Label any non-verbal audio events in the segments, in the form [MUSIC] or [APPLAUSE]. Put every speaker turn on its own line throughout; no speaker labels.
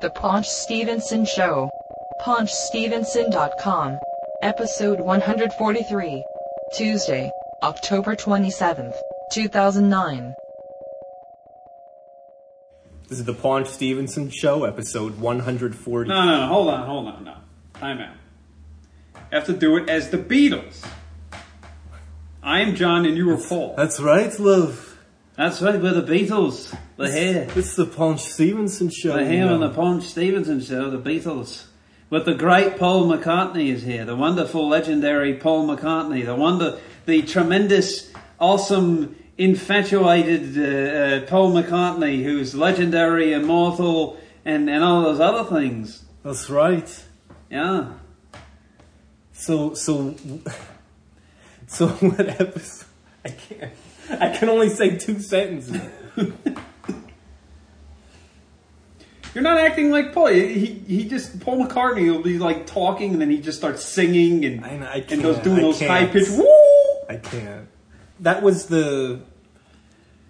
The Paunch Stevenson Show. PaunchStevenson.com. Episode 143. Tuesday, October 27th, 2009.
This is the Paunch Stevenson Show, episode 140.
No, no, no, hold on, hold on, no. Time out. You have to do it as the Beatles. I am John and you are Paul.
That's right, love.
That's right, we're the Beatles. We're here.
It's the Paunch Stevenson Show.
We're here
you
on the
know.
Paunch Stevenson show, the Beatles. But the great Paul McCartney is here, the wonderful, legendary Paul McCartney, the wonder, the tremendous, awesome, infatuated uh, uh, Paul McCartney, who's legendary, immortal, and, and all those other things.
That's right.
Yeah.
So, so, [LAUGHS] so what episode? I can't. I can only say two sentences.
You're not acting like Paul. He, he just Paul McCartney will be like talking, and then he just starts singing and
I know, I
and those
can't,
doing
I
those
can't.
high pitched woo. [COUGHS]
I can't. That was the.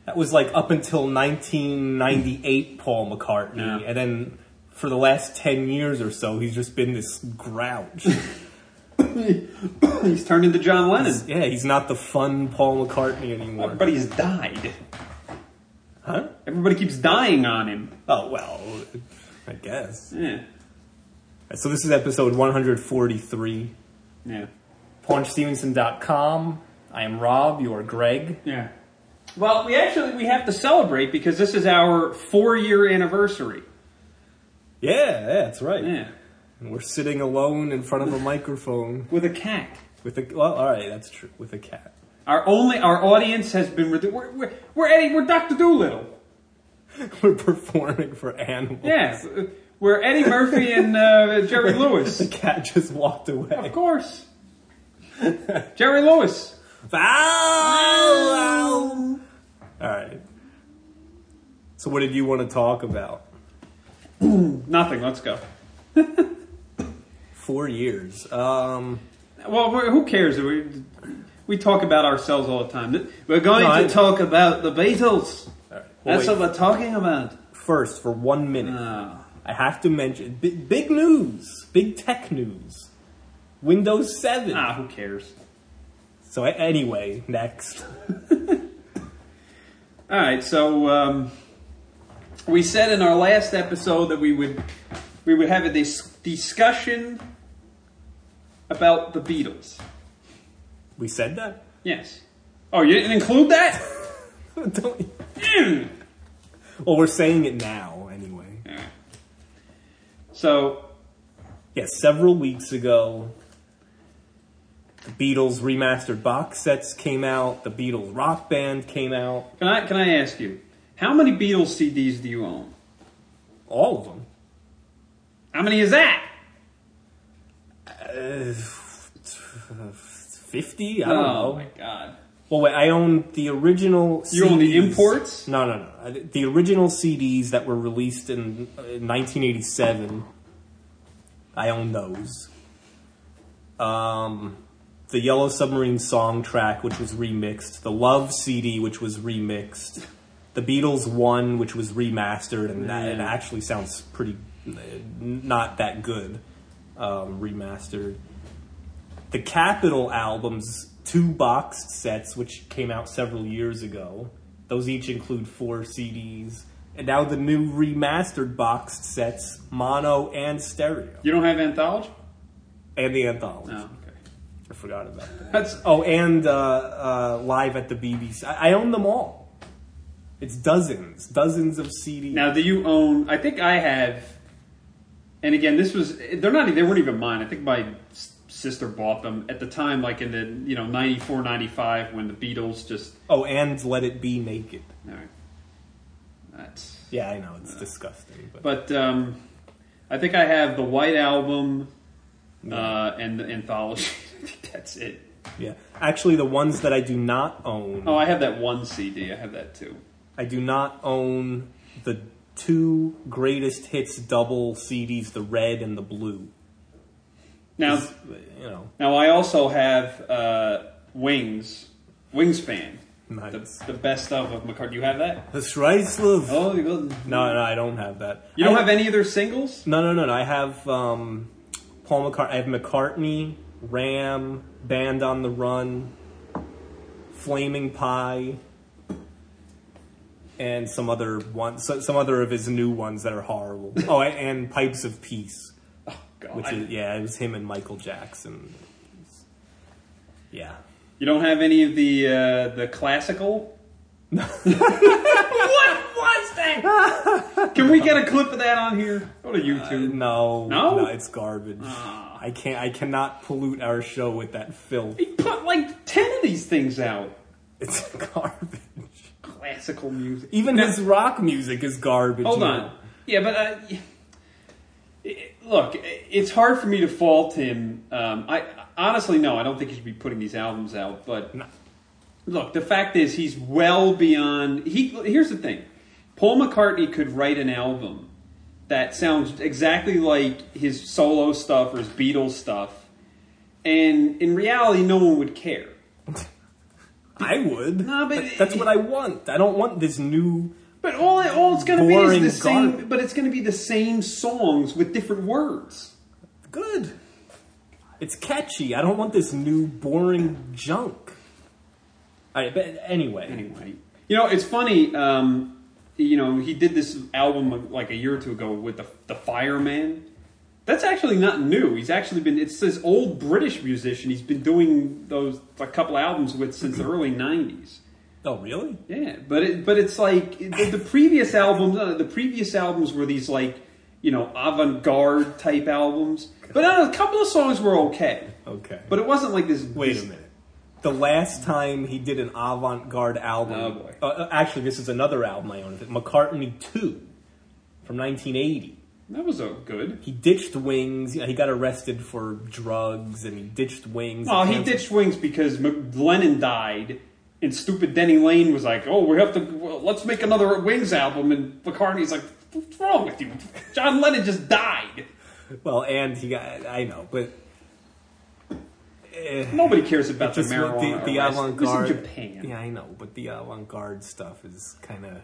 That was like up until 1998, Paul McCartney,
Yeah.
and then for the last ten years or so, he's just been this grouch. [LAUGHS]
He's turned into John Lennon.
yeah, he's not the fun Paul McCartney anymore.
Everybody's died.
Huh?
Everybody keeps dying on him. Eh,
Oh well, I guess.
Yeah,
So this is episode 143.
yeah,
PaunchStevenson.com. I am Rob. You are Greg.
yeah. Well, we actually we have to celebrate because this is our four year anniversary. Eh,
Yeah, yeah that's right.
Yeah,
And we're sitting alone in front of a microphone
with a cat.
with a. Well, all right, that's true. With a cat. [LAUGHS]
Our only our audience has been redu- we're we're we're, Eddie, we're Doctor Doolittle.
We're performing for animals.
Yeah, uh, we're Eddie Murphy and uh, Jerry Lewis.
The cat just walked
Of
away.
course. Jerry Lewis.
Ow, ow. All right. So what did you want to talk about?
Nothing. Let's go.
Four years. Um.
Well, we're, who cares? We, we talk about ourselves all the time. We're going
No,
to
I-
talk about the Beatles.
All right. Well,
That's
wait.
what we're talking about.
First, for one minute.
Ah.
I have to mention big, big news, big tech news, Windows Seven.
ah, who cares?
So a- anyway, next. [LAUGHS]
All right. So um, we said in our last episode that we would we would have a dis- discussion about the Beatles.
We said that. [LAUGHS]
Yes. Oh, you didn't include that?
Don't you-
Mm.
Well, we're saying it now anyway.
All right. So
Yes, several weeks ago, the Beatles remastered box sets came out. The Beatles Rock Band came out.
Can I can I ask you, how many Beatles CDs do you own?
All of them.
How many is that?
Uh, Fifty? I don't
oh
know.
my god.
Well, wait, I own the original.
You own the
CDs.
imports?
No, no, no. I- The original CDs that were released in, uh, 1987. I own those. Um, the Yellow Submarine song track, which was remixed. The Love CD, which was remixed. The Beatles One, which was remastered, and that it
Yeah.
actually sounds pretty uh, not that good um, remastered the Capitol albums, two boxed sets, which came out several years ago. Those each include four CDs. And now the new remastered boxed sets, mono and stereo.
You don't have anthology?
And the anthology.
No. Okay.
I forgot about that.
That's
Oh, and uh, uh, live at the BBC. I, I own them all. It's dozens, dozens of CDs.
now. Do you own? I think I have. And again, this was they're not they weren't even mine. I think my s- sister bought them at the time, like in the you know 94, 95, when the Beatles just.
oh, and Let It Be Naked.
All right. That's.
Yeah, I know, it's disgusting. But,
But um, I think I have the White Album, uh, and the anthology. [LAUGHS] I think that's it.
yeah. Actually, the ones that I do not own.
Oh, I have that one CD. I have that too.
I do not own the two greatest hits double CDs, the red and the blue.
Now,
You know,
now I also have uh, Wings, Wingspan,
Nice.
The, the best of of McCartney. You have that?
That's right, Sluv.
Oh, you got.
No, no, I don't have that.
You don't
I-
have any of their singles?
No, no, no, no. I have um, Paul McCartney. I have McCartney, Ram, Band on the Run, Flaming Pie, and some other one, so, some other of his new ones that are
[LAUGHS]
horrible. oh, and, and Pipes of Peace,
Oh God.
which is yeah, it was him and Michael Jackson. Yeah.
You don't have any of the uh, the
[LAUGHS]
classical. what was that? Can we get a clip of that on here? Go to YouTube.
Uh, No,
No? Ah.
it's garbage. I can't. I cannot pollute our show with that
[LAUGHS]
filth.
he put like ten of these things out.
It's garbage.
Classical music.
Even
Now-
his rock music is garbage.
Hold
now.
on. Yeah, but uh, y- it- look, i- it's hard for me to fault him. Um, I honestly, no, I don't think he should be putting these albums out. But
No.
look, the fact is, he's well beyond. He here's the thing: Paul McCartney could write an album that sounds exactly like his solo stuff or his Beatles stuff, and in reality, no one would care.
I would.
No, but-
That- that's what I want. I don't want this new.
But all it, all it's going to be
Boring
is the same.
garbage.
But it's going to be the same songs with different words.
Good. It's catchy. I don't want this new boring junk. All right, but anyway,
anyway. You know, it's funny. Um, you know, he did this album like a year or two ago with the the Fireman. That's actually not new. He's actually been it's this old British musician. He's been doing those a couple albums with since the early '90s.
Oh really?
Yeah, but it, but it's like the, the previous albums. Uh, the previous albums were these like you know avant-garde type albums. But uh, a couple of songs were okay.
Okay.
But it wasn't like this.
wait
this-
a minute. The last time he did an avant-garde album.
Oh, boy.
Uh, Uh, actually, this is another album I own of it. McCartney Two, from 1980.
That was uh, good.
He ditched Wings. You know, he got arrested for drugs, and he ditched Wings.
Well, he
Canceled-
ditched Wings because Mc- Lennon died, and stupid Denny Lane was like, "Oh, we have to well, let's make another Wings album." And McCartney's like, "What's wrong with you? John Lennon just died.
Well, and he got, I know, but eh,
Nobody cares about the
just what
marijuana
the, the
arrest.
avant
This is
garde.
Japan.
Yeah, I know, but the avant garde stuff is kind of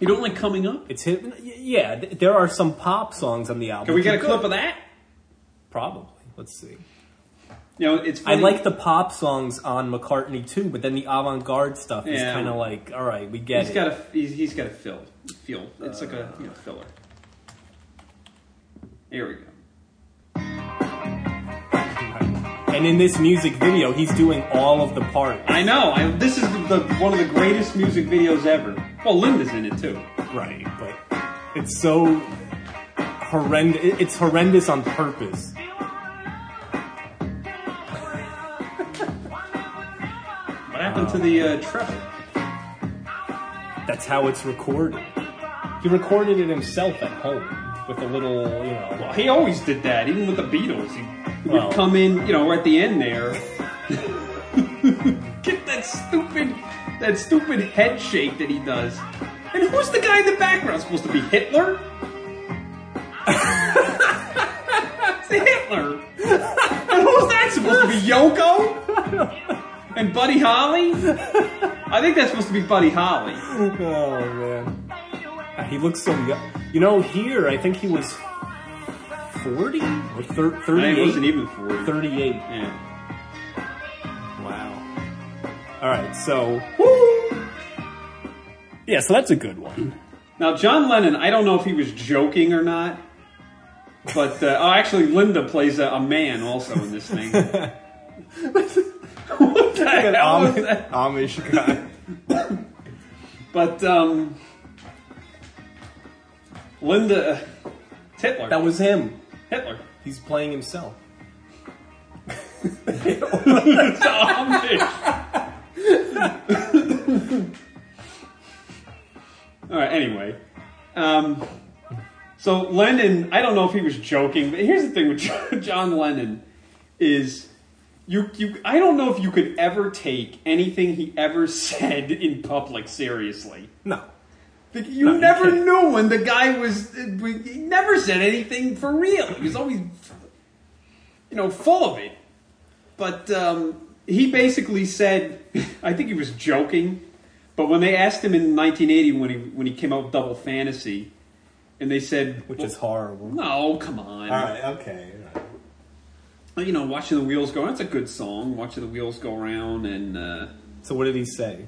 You don't like coming up?
it's hit. y- Yeah, th- there are some pop songs on the album.
Can we get a
Good.
clip of that?
Probably. Let's see.
You know, it's.
I
Funny.
like the pop songs on McCartney too, but then the avant garde stuff is
Yeah.
kind of like, all right, we get
He's
it.
got a. He's, he's got a fill. Feel. It's like a you know, filler. Here we go.
and in this music video, he's doing all of the parts.
I know. I, this is the, one of the greatest music videos ever. Well, Linda's in it too.
Right, but it's so horrendous. It's horrendous on purpose.
What happened to the uh, treble?
That's how it's recorded. He recorded it himself at home with a little, you know.
Well, he always did that, even with the Beatles. He would
Well-
come in, you know, at the end there. Get that stupid, that stupid head shake that he does. And who's the guy in the background? Supposed to be Hitler? it's Hitler. and who's that supposed to be? Yoko? And Buddy Holly? I think that's supposed to be Buddy Holly.
Oh man, Uh, he looks so young. You know, here I think he was forty or thir-
I mean,
thirty-eight.
it wasn't even for
thirty-eight.
Yeah.
Wow. All right, so yeah, so that's a good [LAUGHS] one.
Now, John Lennon, I don't know if he was joking or not, but uh, oh, actually, Linda plays a, a man also in this thing. what the
An
hell was
Amish,
that?
[LAUGHS] Amish guy.
But um, Linda, uh, it's Hitler,
That was him.
Hitler.
He's playing himself.
It's Amish. All right. Anyway, um, so Lennon, I don't know if he was joking, but here's the thing with John- John Lennon is you you I don't know if you could ever take anything he ever said in public seriously.
No.
The- You
No, you
never
can't.
knew when the guy was. uh, He never said anything for real. He was always, you know, full of it. But um, he basically said, [LAUGHS] I think he was joking, but when they asked him in 1980 when he when he came out with Double Fantasy, and they said,
which is horrible.
"No, come on,
All right, okay. all right.
you know, watching the wheels go. That's a good song, watching the wheels go round." And uh,
So what did he say?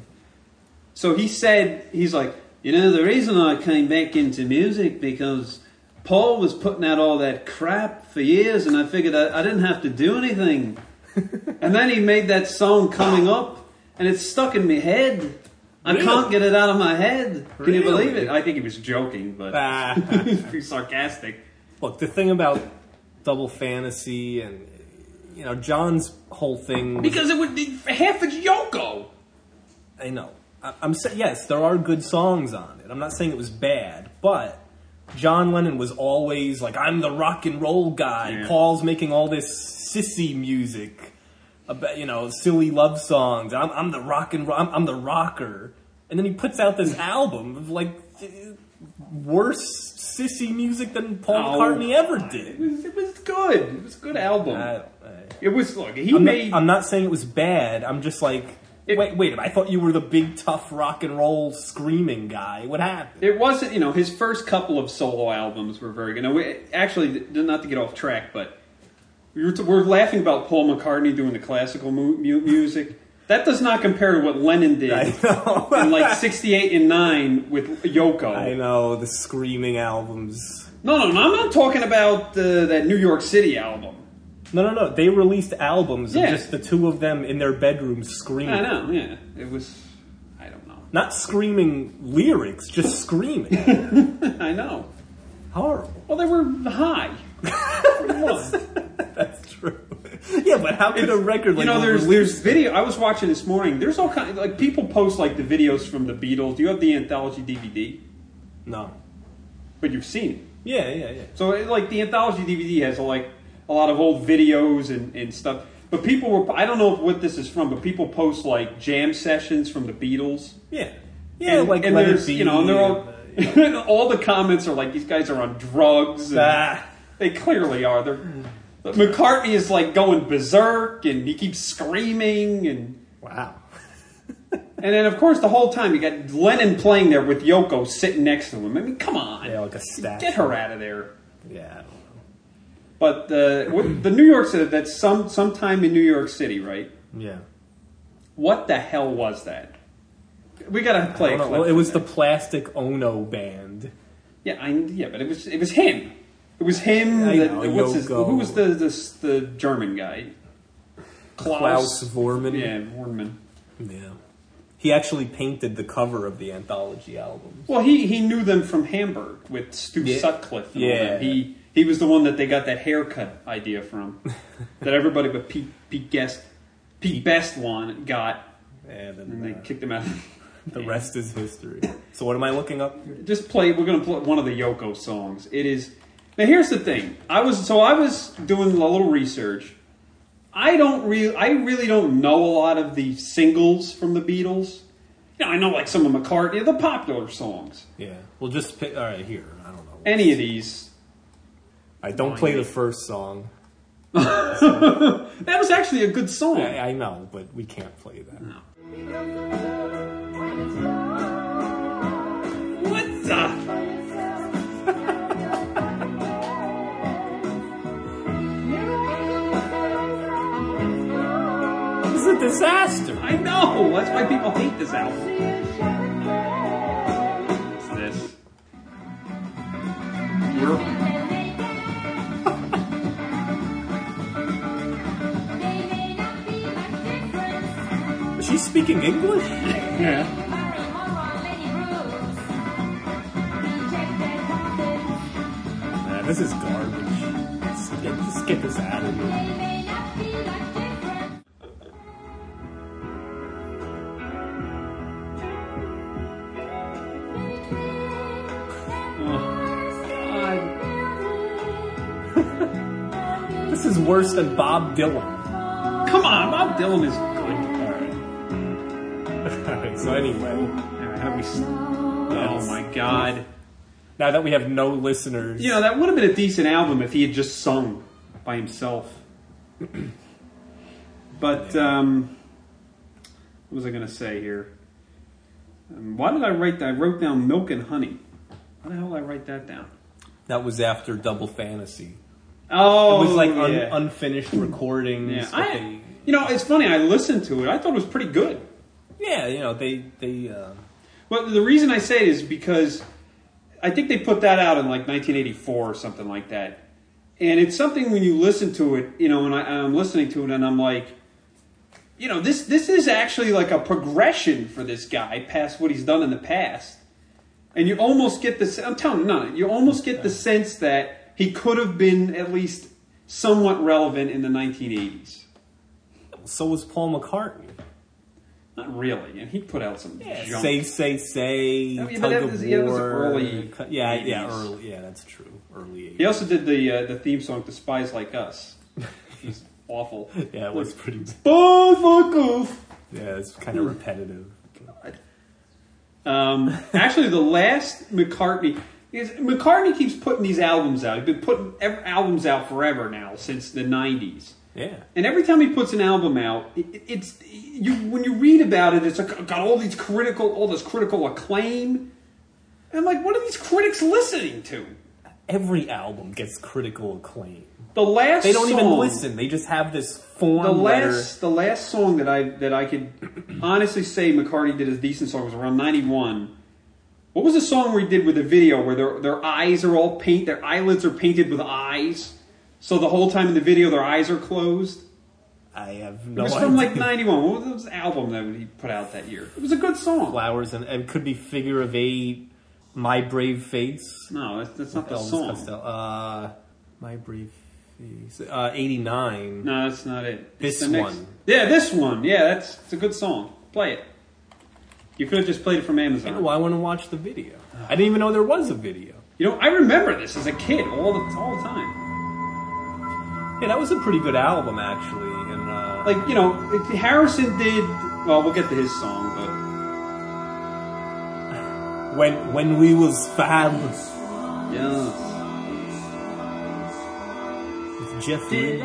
so he said, he's like,
You know, the reason I came back into music because Paul was putting out all that crap for years, and I figured I, I didn't have to do
[LAUGHS]
anything. and then he made that song coming up, and it's stuck in my head. I
Really?
can't get it out of my head.
"Can you believe
Really?
it?" I think he was joking,
[LAUGHS]
but [LAUGHS]
Ah.
[LAUGHS]
he's sarcastic.
Look, the thing about double fantasy and you know John's whole thing was-
Because it would be half a Yoko.
I know. I- I'm sa- yes, there are good songs on it. I'm not saying it was bad, but John Lennon was always like, "I'm the rock and roll guy."
Yeah.
Paul's making all this sissy music, about you know, silly love songs. I'm, I'm the rock and ro- I'm, I'm the rocker, and then he puts out this album of like worse sissy music than Paul
No.
McCartney ever
It
did.
was, it was good. It was a good album.
I don't- I-
it was look. He
I'm not,
made.
I'm not saying it was bad. I'm just like,
It-
wait, wait. a minute, I thought you were the big tough rock and roll screaming guy. What happened?
it wasn't you know his first couple of solo albums were very good. Now, we, actually, th- not to get off track, but we were, t- we're laughing about Paul McCartney doing the classical mu- mu- music. That does not compare to what Lennon did
[LAUGHS] I know.
in like '68 and '9 with Yoko.
[LAUGHS] I know the screaming albums.
No, no, no. I'm not talking about uh, that New York City album.
No, no, no. They released albums
Yeah.
of just the two of them in their bedrooms screaming.
I know. Yeah, it was. I don't know. [LAUGHS]
Not screaming lyrics, just
[LAUGHS]
screaming.
I know.
Horrible. [LAUGHS]
Well, they were high.
That's true. yeah, but how could a record
you
like
know, there's
release-
there's video. I was watching this morning. There's all kind like people post like the videos from the Beatles. Do you have the anthology DVD?
no?
But you've seen it.
Yeah, yeah, yeah.
So it, like the anthology DVD has like a lot of old videos and, and stuff. But people were I don't know what this is from, but people post like jam sessions from the Beatles.
Yeah, yeah.
and,
like
and
Let It
there's
Be
you know and they're
and,
all
uh,
[LAUGHS] all the comments are like these guys are on drugs. And
Ah.
They clearly are. They're McCartney is like going berserk and he keeps screaming and.
Wow. [LAUGHS]
And then, of course, the whole time you got Lennon playing there with Yoko sitting next to him. I mean, come on,
Yeah, like a statue.
get her out of there.
Yeah.
But the what- the New York City that's some sometime in New York City, right?
Yeah.
What the hell was that? We gotta play. a clip
well, it
from
was the
that.
Plastic Ono band.
yeah, I, yeah, but it was it was him. It was him.
I
the-
know,
what's his,
Yoko.
who was the, the the German guy?
Klaus Vorman.
Yeah, Warnman.
Yeah. He actually painted the cover of the anthology album.
Well, he, he knew them from Hamburg with Stu
Yeah.
Sutcliffe. And all
Yeah.
that. he he was the one that they got that haircut
[LAUGHS]
idea from, that everybody but Pete Pete Guest Pete Best one got,
And
and they
then
kicked him out.
uh, the rest is history. So what am I looking up? here?
[LAUGHS] Just play. We're gonna play one of the Yoko songs. It is now. Here's the thing. I was so I was doing a little research. I don't really I really don't know a lot of the singles from the Beatles. You know, I know like some of McCartney, the popular songs.
Yeah. We'll just pick. All right, here. I don't know.
Any of these
I don't play the first song.
That was actually a good song.
I, I know, but we can't play that.
What the?
This is a disaster.
I know. That's why people hate this album. What's this? You're-
Is she speaking English?
Yeah.
Nah, this is garbage. Let's get, let's get this out of here.
God.
This is worse than Bob Dylan. [LAUGHS]
Come on, Bob Dylan is good.
Alright, so anyway,
Yeah, how do we s- Oh
Yes.
my god.
now that we have no listeners,
You know, that would have been a decent album if he had just sung by himself. [CLEARS THROAT] But um, what was I going to say here? Um, why did I write that? I wrote down milk and honey. Why the hell did I write that down?
That was after Double Fantasy.
Oh,
it was like un-
yeah.
unfinished recordings.
yeah.
that
I,
they-
you know, it's funny. I listened to it. I thought it was pretty good.
yeah, you know they they. Uh,
Well, the reason I say it is because I think they put that out in like 1984 or something like that. And it's something when you listen to it, you know, and I, I'm listening to it and I'm like, you know, this this is actually like a progression for this guy past what he's done in the past. And you almost get this I'm telling you, no, you almost get the sense that he could have been at least somewhat relevant in the 1980s.
so was Paul McCartney.
Not really. And he put out some junk.
Say say say.
I mean, but
tug
that
of
was-
war.
yeah, it was early
cu- Yeah, yeah,
80s.
early. Yeah, that's true. Early. 80s.
He also did the uh, the theme song to "Spies Like Us."
[LAUGHS]
It's awful.
Yeah, it was pretty.
Bye, fuck off.
Yeah, it's kind
Hmm.
of repetitive.
Um, actually, the last McCartney is McCartney keeps putting these albums out. He's been putting ev- albums out forever now since the '90s.
Yeah.
And every time he puts an album out, it, it- it's you when you read about it, it's like, got all these critical, all this critical acclaim. And I'm like, what are these critics listening to?
Every album gets critical acclaim.
The last
They don't even
song-
listen. They just have this form.
the
letter-
last the last song that I that I could honestly say McCartney did a decent song was around '91. What was the song where he did with the video where their their eyes are all paint their eyelids are painted with eyes, so the whole time in the video their eyes are closed.
I have
It
no [LAUGHS]
was
idea.
from like '91. What was the album that he put out that year? It was a good song.
flowers and it could be figure of eight. My brave face.
No, that's, that's not the
Elvis
song.
Costello. Uh, my brave face. Uh, eighty nine.
No, that's not it. It's
This
the next-
one.
Yeah, this one. Yeah, that's it's a good song. Play it. You could have just played it from Amazon.
Oh, I want to watch the video. I didn't even know there was a video.
You know, I remember this as a kid all the all the time.
Yeah, that was a pretty good album actually. And uh,
Like you know, if Harrison did. Well, we'll get to his song,
when when we was fabulous.
but yeah,
Jeff Lynne.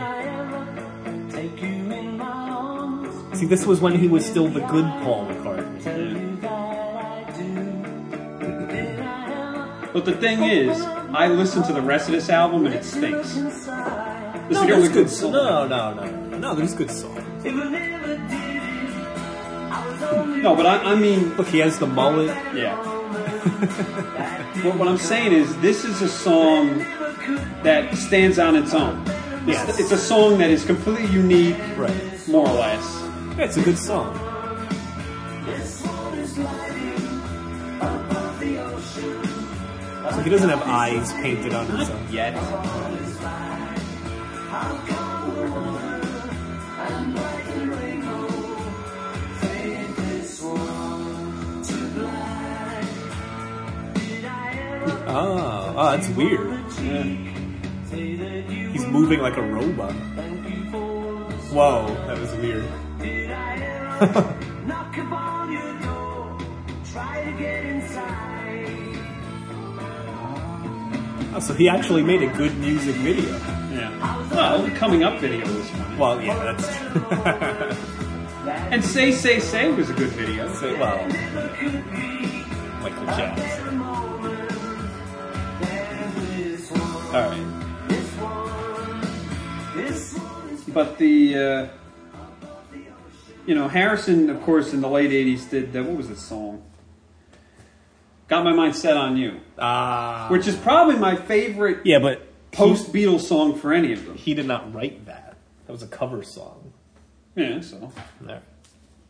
See, this was when he was still the good Paul McCartney.
But the thing is, I listened to the rest of this album and it stinks. This is the
there's
only good song.
No, no, no, no. There's good songs.
No, but I, I mean,
Look, he has the mullet.
[LAUGHS] yeah. but what I'm saying is, this is a song that stands on its own. It's,
Yes.
it's a song that is completely unique,
Right.
more or less.
Yeah, it's a good song. Like, he doesn't have eyes painted on himself.
yet.
Oh, oh, that's weird. He's moving like a robot. Whoa, that was weird. Oh, so he actually made a good music video.
Yeah. Well, the coming up video was fun.
Well, yeah, that's [LAUGHS]
And Say Say Say was a good video.
say, well, like the jazz. All right,
But the, uh, you know, Harrison, of course, in the late 80s did, the, what was the song? Got My Mind Set on You,
ah,
which is probably my favorite
yeah, but
post Beatles song for any of them.
he did not write that. That was a cover song.
Yeah, so
There.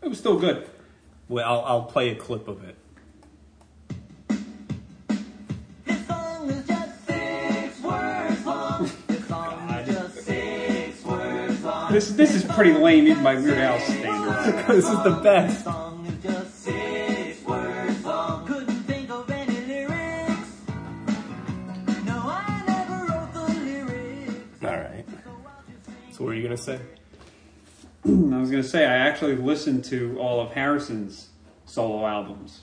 it was still good.
Well, I'll, I'll play a clip of it. [LAUGHS]
This this is pretty lame, even by Weird Al standards.
this is the best. All right. So, what are you gonna say?
I was gonna say I actually listened to all of Harrison's solo albums.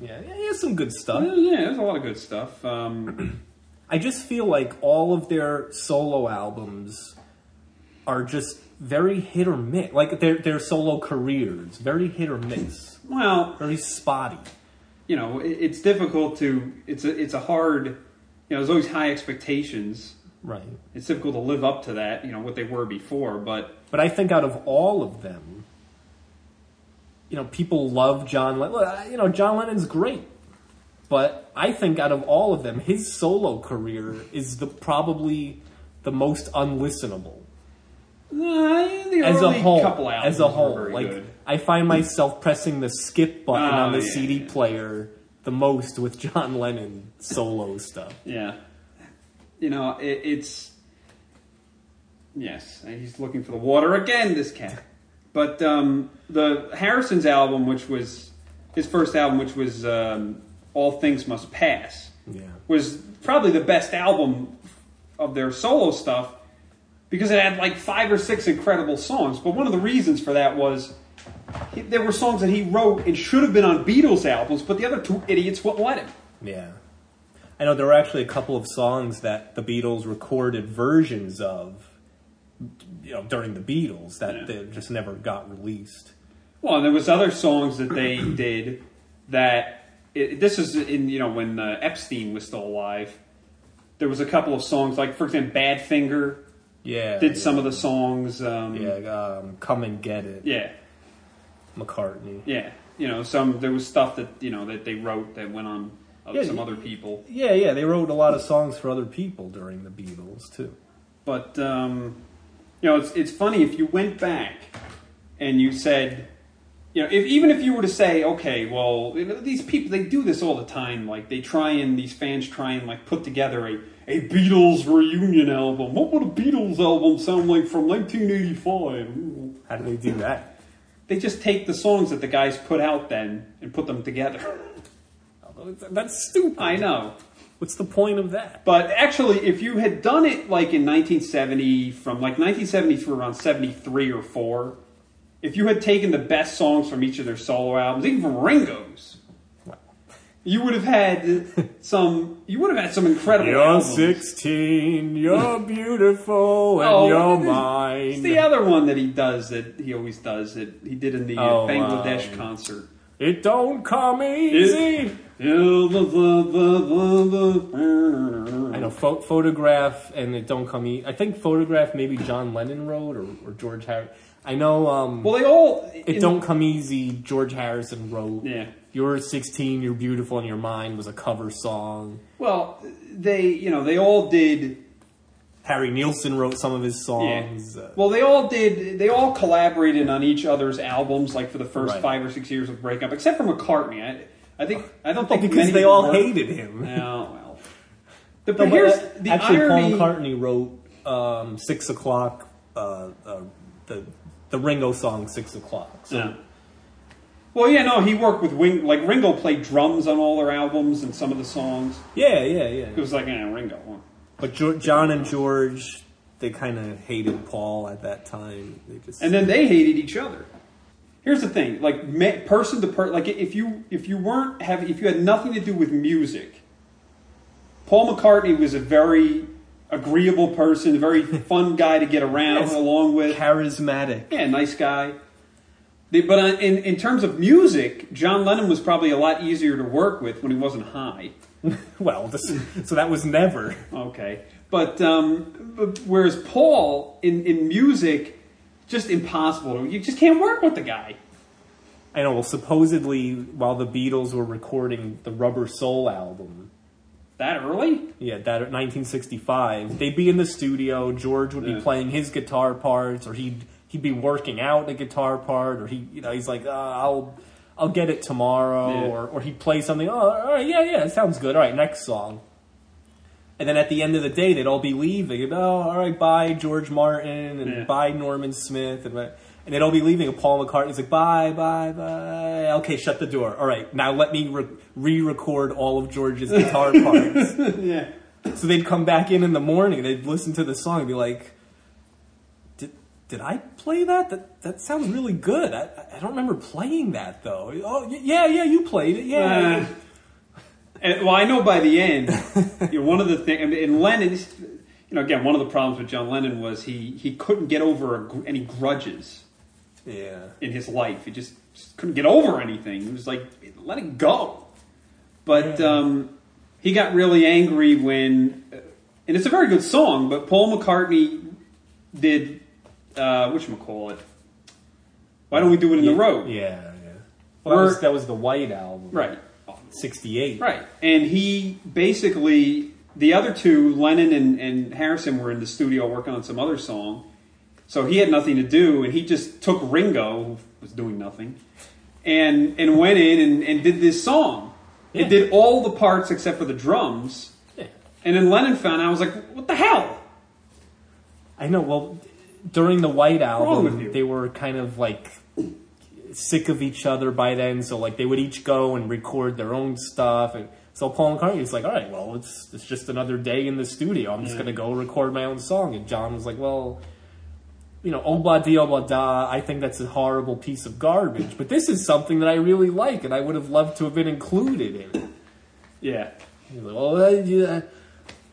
Yeah, yeah, he has some good
Yeah,
stuff.
yeah, there's a lot of good stuff. Um,
I just feel like all of their solo albums are just very hit or miss. Like their their solo careers, very hit or miss,
Well,
very spotty.
you know, it, it's difficult to. It's a it's a hard. You know, there's always high expectations.
Right.
It's difficult to live up to that. You know what they were before, but
But I think out of all of them, you know, people love John Lennon. You know, John Lennon's great. But I think out of all of them, his solo career is the probably the most unlistenable. as a whole,
uh, couple albums
as a
were
whole,
very
like
good.
I find myself pressing the skip button
Oh,
on the
yeah,
CD
yeah.
player the most with John Lennon solo stuff.
yeah,
you know, it, it's yes, he's looking for the water again. This cat, but um, the Harrison's album, which was his first album, which was um, All Things Must Pass,
Yeah,
was probably the best album of their solo stuff because it had like five or six incredible songs. But one of the reasons for that was he, there were songs that he wrote and should have been on Beatles albums, but the other two idiots wouldn't let him.
yeah. I know there were actually a couple of songs that the Beatles recorded versions of, you know, during the Beatles that
Yeah.
they just never got released.
Well, and there was other songs that they [COUGHS] did that it, this is in you know when uh, Epstein was still alive. There was a couple of songs like for example, Bad Finger
Yeah,
did
yeah.
some of the songs. Um,
Yeah, um, come and get it,
yeah,
McCartney.
yeah. You know, some there was stuff that you know that they wrote that went on of
Yeah,
some
you-
other people.
Yeah, yeah, they wrote a lot of songs for other people during the Beatles too.
But um, you know, it's it's funny if you went back and you said, you know, if even if you were to say, okay, well, you know, these people they do this all the time. Like they try and these fans try and like put together a a Beatles reunion album. What would a Beatles album sound like from 1985?
How do they do that?
They just take the songs that the guys put out then and put them together.
That's stupid.
I know.
What's the point of that?
But actually, if you had done it like in 1970, from like 1970 through around 73 or 4, if you had taken the best songs from each of their solo albums, even from Ringo's, you would have had
[LAUGHS]
some. You would have had some incredible.
You're
albums.
16, [LAUGHS] you're beautiful, and
Oh,
you're
it's-
mine.
It's the other one that he does that he always does that he did in the uh,
Oh,
Bangladesh
um,
concert.
It don't come easy. I know, pho- Photograph and It Don't Come Easy. I think Photograph maybe John Lennon wrote or, or George Harrison. I know um,
Well, they all.
It Don't Come Easy, George Harrison wrote.
Yeah.
You're 16, You're Beautiful, and Your Mind was a cover song.
Well, they you know they all did.
Harry Nielsen wrote some of his songs. Uh,
Well, they all did. They all collaborated on each other's albums, like for the first
Right.
five or six years of breakup, except for McCartney. I, I think I don't think
because
many
they
people
all
were-
hated him. [LAUGHS]
No, well, the,
No,
but
but,
here's
uh,
the
actually,
irony.
Paul McCartney wrote um, six o'clock, uh, uh, the the Ringo song six o'clock. So
Yeah. Well, yeah, no, he worked with Wing. Like Ringo played drums on all their albums and some of the songs.
yeah, yeah, yeah.
It was like, eh, Ringo. huh?
But jo- John and George, they kind of hated Paul at that time. They just
and then they hated each other. Here's the thing, like me- person to person, like if you if you weren't have if you had nothing to do with music, Paul McCartney was a very agreeable person, a very fun guy to get around
Yes.
along with.
charismatic.
Yeah, nice guy. They, but uh, in in terms of music, John Lennon was probably a lot easier to work with when he wasn't high.
Well, this, so that was never.
Okay, but um, but whereas Paul in in music, just impossible. You just can't work with the guy.
I know. Well, supposedly while the Beatles were recording the Rubber Soul album,
That early?
Yeah, that 1965. They'd be in the studio. George would be playing his guitar parts, or he'd he'd be working out a guitar part, or he you know he's like, uh, I'll I'll get it tomorrow,
Yeah.
or or he'd play something. Oh, all right, yeah, yeah, it sounds good. All right, next song. And then at the end of the day, they'd all be leaving. And, oh, all right, bye George Martin, and
Yeah.
bye Norman Smith, and bye- and they'd all be leaving. And Paul McCartney's like, bye, bye, bye. Okay, shut the door. All right, now let me re- re-record all of George's
[LAUGHS]
guitar parts.
Yeah.
So they'd come back in in the morning. They'd listen to the song and be like, "Did did I play that? That that sounds really good. I I don't remember playing that though. Oh y- yeah, yeah, you played it. Yeah,
Uh, and- well, I know by the end, you know, one of the things, and Lennon, you know, again, one of the problems with John Lennon was he he couldn't get over a, gr- any grudges
Yeah.
in his life. He just, just couldn't get over anything. He was like, let it go. But um, he got really angry when, uh, and it's a very good song. But Paul McCartney did uh, which call it? Why don't we do it in the road?
Yeah, yeah. Well, that,
We're-
was, that was the White album.
Right,
68.
right. And he basically the other two, Lennon and, and Harrison, were in the studio working on some other song. So he had nothing to do, and he just took Ringo, who was doing nothing, and and went in and, and did this song.
Yeah.
It did all the parts except for the drums.
Yeah.
And then Lennon found out. I was like, "What the hell?"
I know. Well, during the White
with you?
album, they were kind of like sick of each other by then, so like they would each go and record their own stuff. And so Paul McCartney was like, "All right, well, it's it's just another day in the studio. I'm just gonna go record my own song." And John was like, "Well." You know, oh, obla di obla da. I think that's a horrible piece of garbage, but this is something that I really like, and I would have loved to have been included in it.
Yeah,
He's like, well, I, yeah,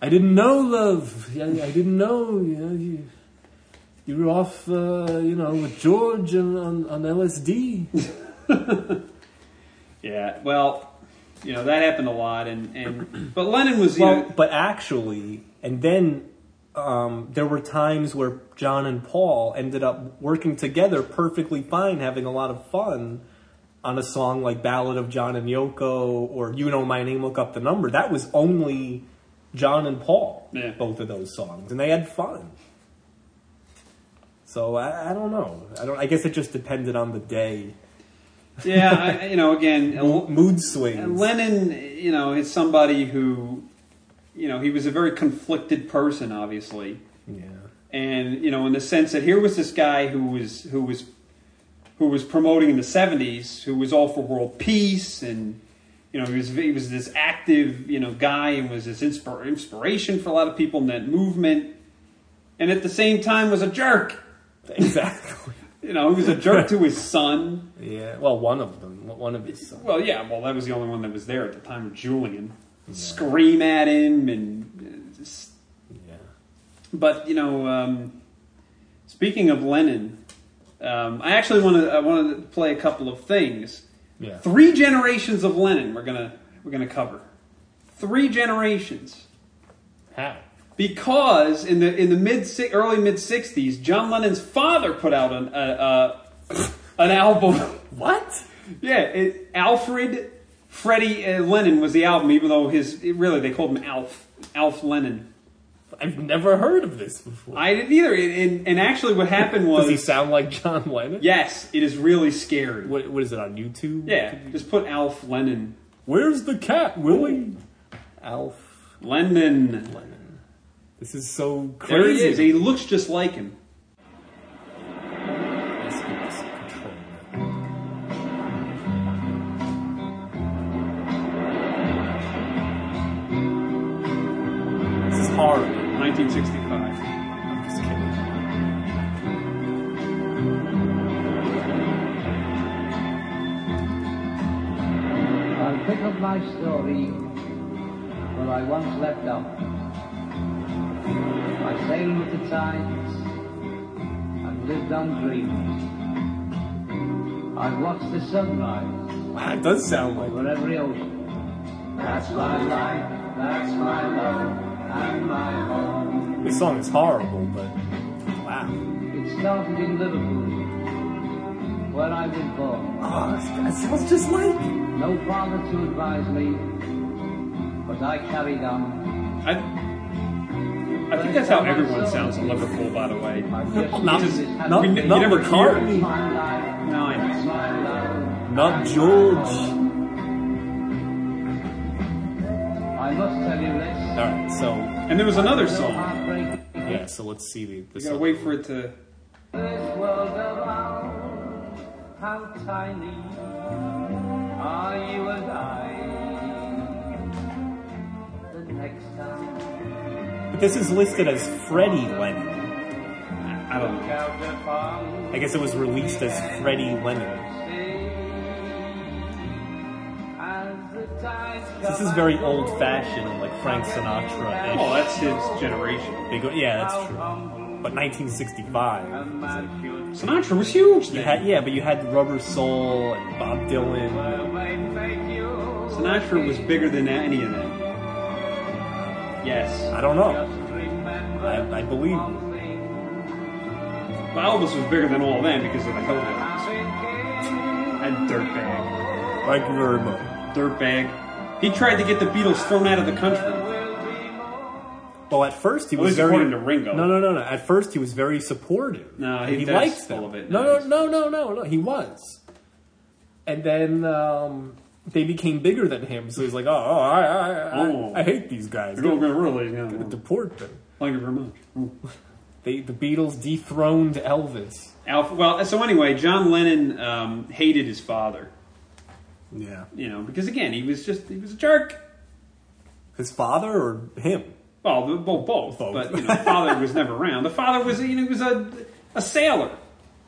I didn't know love. I, I didn't know. You know, you, you were off, uh, you know, with George and on, on LSD.
yeah. Well, you know that happened a lot,
[CLEARS THROAT]
and and but Lennon was you
well,
know,
but actually, and then um, there were times where John and Paul ended up working together perfectly fine, having a lot of fun on a song like Ballad of John and Yoko or You Know My Name, Look Up the Number. That was only John and Paul,
Yeah.
both of those songs, and they had fun. So I, I don't know. I don't. I guess it just depended on the day,
yeah, I, you know again.
mood swings.
And Lennon, you know, is somebody who, you know, he was a very conflicted person, obviously,
yeah. [LAUGHS]
and you know, in the sense that here was this guy who was who was who was promoting in the '70s, who was all for world peace, and you know, he was he was this active, you know, guy, and was this inspir- inspiration for a lot of people in that movement, and at the same time was a jerk.
Exactly.
You know, he was a jerk to his son.
yeah. Well, one of them. One of his songs.
Well, yeah, well, that was the only one that was there at the time of Julian. Scream at him, and. uh, s-
Yeah.
But, you know, um, speaking of Lennon, um, I actually want to I wanted to play a couple of things.
Yeah.
Three generations of Lennon we're gonna we're gonna cover. Three generations
How?
because in the in the mid si- early mid '60s, John Lennon's father put out an uh, uh, an album. [LAUGHS]
What?
Yeah, it, Alfred Freddie uh, Lennon was the album, even though his it, really they called him Alf Alf Lennon.
I've never heard of this before.
I didn't either. And, and, and actually,
[LAUGHS]
what happened was
Does he sound like John Lennon?
yes, it is really scary.
What, what is it on YouTube?
Yeah, just put Alf Lennon.
Where's the cat, Willie? Alf
Lennon.
Lennon. This is so
There he
crazy.
is. He looks just like him.
Let's get this control now. This is hard.
1965.
I'm just kidding.
I'll pick up my story where I once left off. I sailed with the tides and lived on dreams. I watched the sunrise
Wow, it does sound like
over every ocean. That's my life, that's my love, and my home.
this song is horrible, but wow.
It started in Liverpool, where I was born.
Oh, that sounds just like. it.
No father to advise me, but I carried on.
I, I think that's how everyone sounds in Liverpool, by the way.
I just
Not,
used this
not,
happy-
we- you
not
never hear
McCartney.
My life,
No, I know.
that's my love.
Not George.
I must tell you this.
All right, so
And there was another song.
Heartbreak.
yeah, so let's see the. the
You gotta wait for it to.
This world of ours, how tiny are you and I? The next time,
But this is listed as Freddie Lennon.
I don't know.
out upon
I guess it was released as Freddie Lennon.
sea, as the tides
This is very old-fashioned, like Frank Sinatra-ish.
Well, Oh, that's his generation.
They go, yeah, that's true. But 1965.
Sinatra was huge
You
then.
had, yeah, but you had Rubber Soul and Bob Dylan.
Sinatra was bigger than any of them. Yes.
I don't know. I, I believe. you.
Balbus was bigger than all of them because of the Hillbillies. And Dirtbag.
Thank you very much.
Dirtbag. He tried to get the Beatles thrown out of the country.
Well, Oh, at first he
At
was
least
very.
according to Ringo.
No, no, no, no. At first he was very supportive.
No,
And
he-
he
that's
liked them.
full of it.
No, no, no, no, no, no. He was. And then um, they became bigger than him, so he's like, oh, oh, I, I, I,
Oh.
I hate these guys.
They're going to really, you know,
Deport them.
Thank you very much.
They, the Beatles dethroned Elvis.
Alf, well, so anyway, John Lennon um, hated his father,
Yeah.
you know, because again, he was just, he was a jerk.
His father or him?
Well, the, well both,
Both.
but, you know, father was never around. The father was, you know, he was a, a sailor,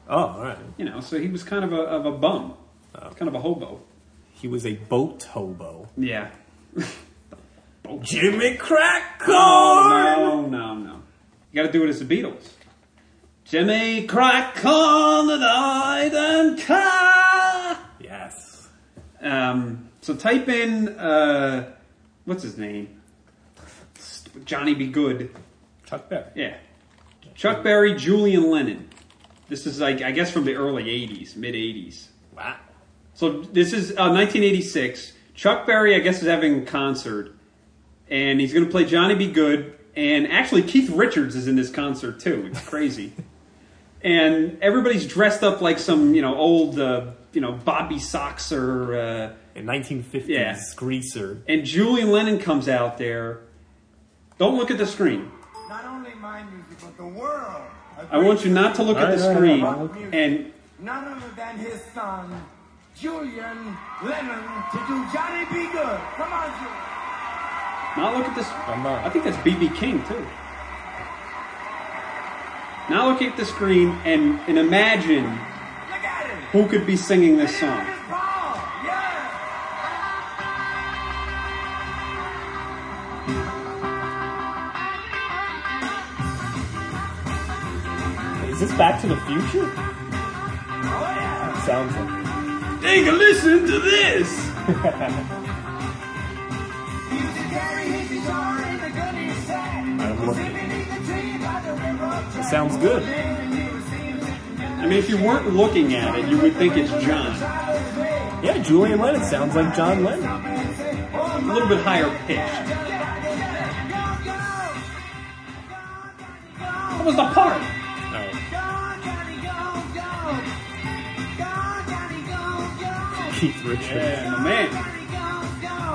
Oh, all right.
you know, so he was kind of a, of a bum, kind of a hobo.
He was a boat hobo.
Yeah.
Jimmy Crack
Oh, no, no, no. You gotta do it as the Beatles. Jimmy crack on the night and car.
Yes.
Um, so type in, uh, what's his name? Johnny Be Good.
Chuck Berry.
Yeah. Chuck Berry, Julian Lennon. This is like, I guess from the early 80s, mid 80s.
Wow.
So this is uh, 1986. Chuck Berry, I guess, is having a concert, and he's going to play Johnny Be Good. And actually, Keith Richards is in this concert too. It's crazy. and everybody's dressed up like some, you know, old, uh, you know, Bobby Sox or. Uh,
In 1950s,
Yeah.
Greaser.
and Julian Lennon comes out there. Don't look at the screen.
Not only my music, but the world.
I want you not to look at the screen. And
None other than his son, Julian Lennon, to do Johnny Be Good. Come on, Julian.
Not look at this.
I'm not.
I think that's BB King too. Now look at the screen and, and imagine
Look at him.
who could be singing this song.
Look at Paul. Yeah.
Is this Back to the Future?
Oh, yeah.
Sounds like
Take a listen to this.
He used to carry his guitar in the good he said.
I love it.
Beneath the tree by the railroad track.
Sounds good.
And he was seeing
I mean, if you weren't looking at it, you would think it's John.
Tyler's way.
Yeah, Julian Lennon sounds like John Lennon.
A little bit higher pitched. That was the part. Oh.
Keith Richards.
Yeah, the man.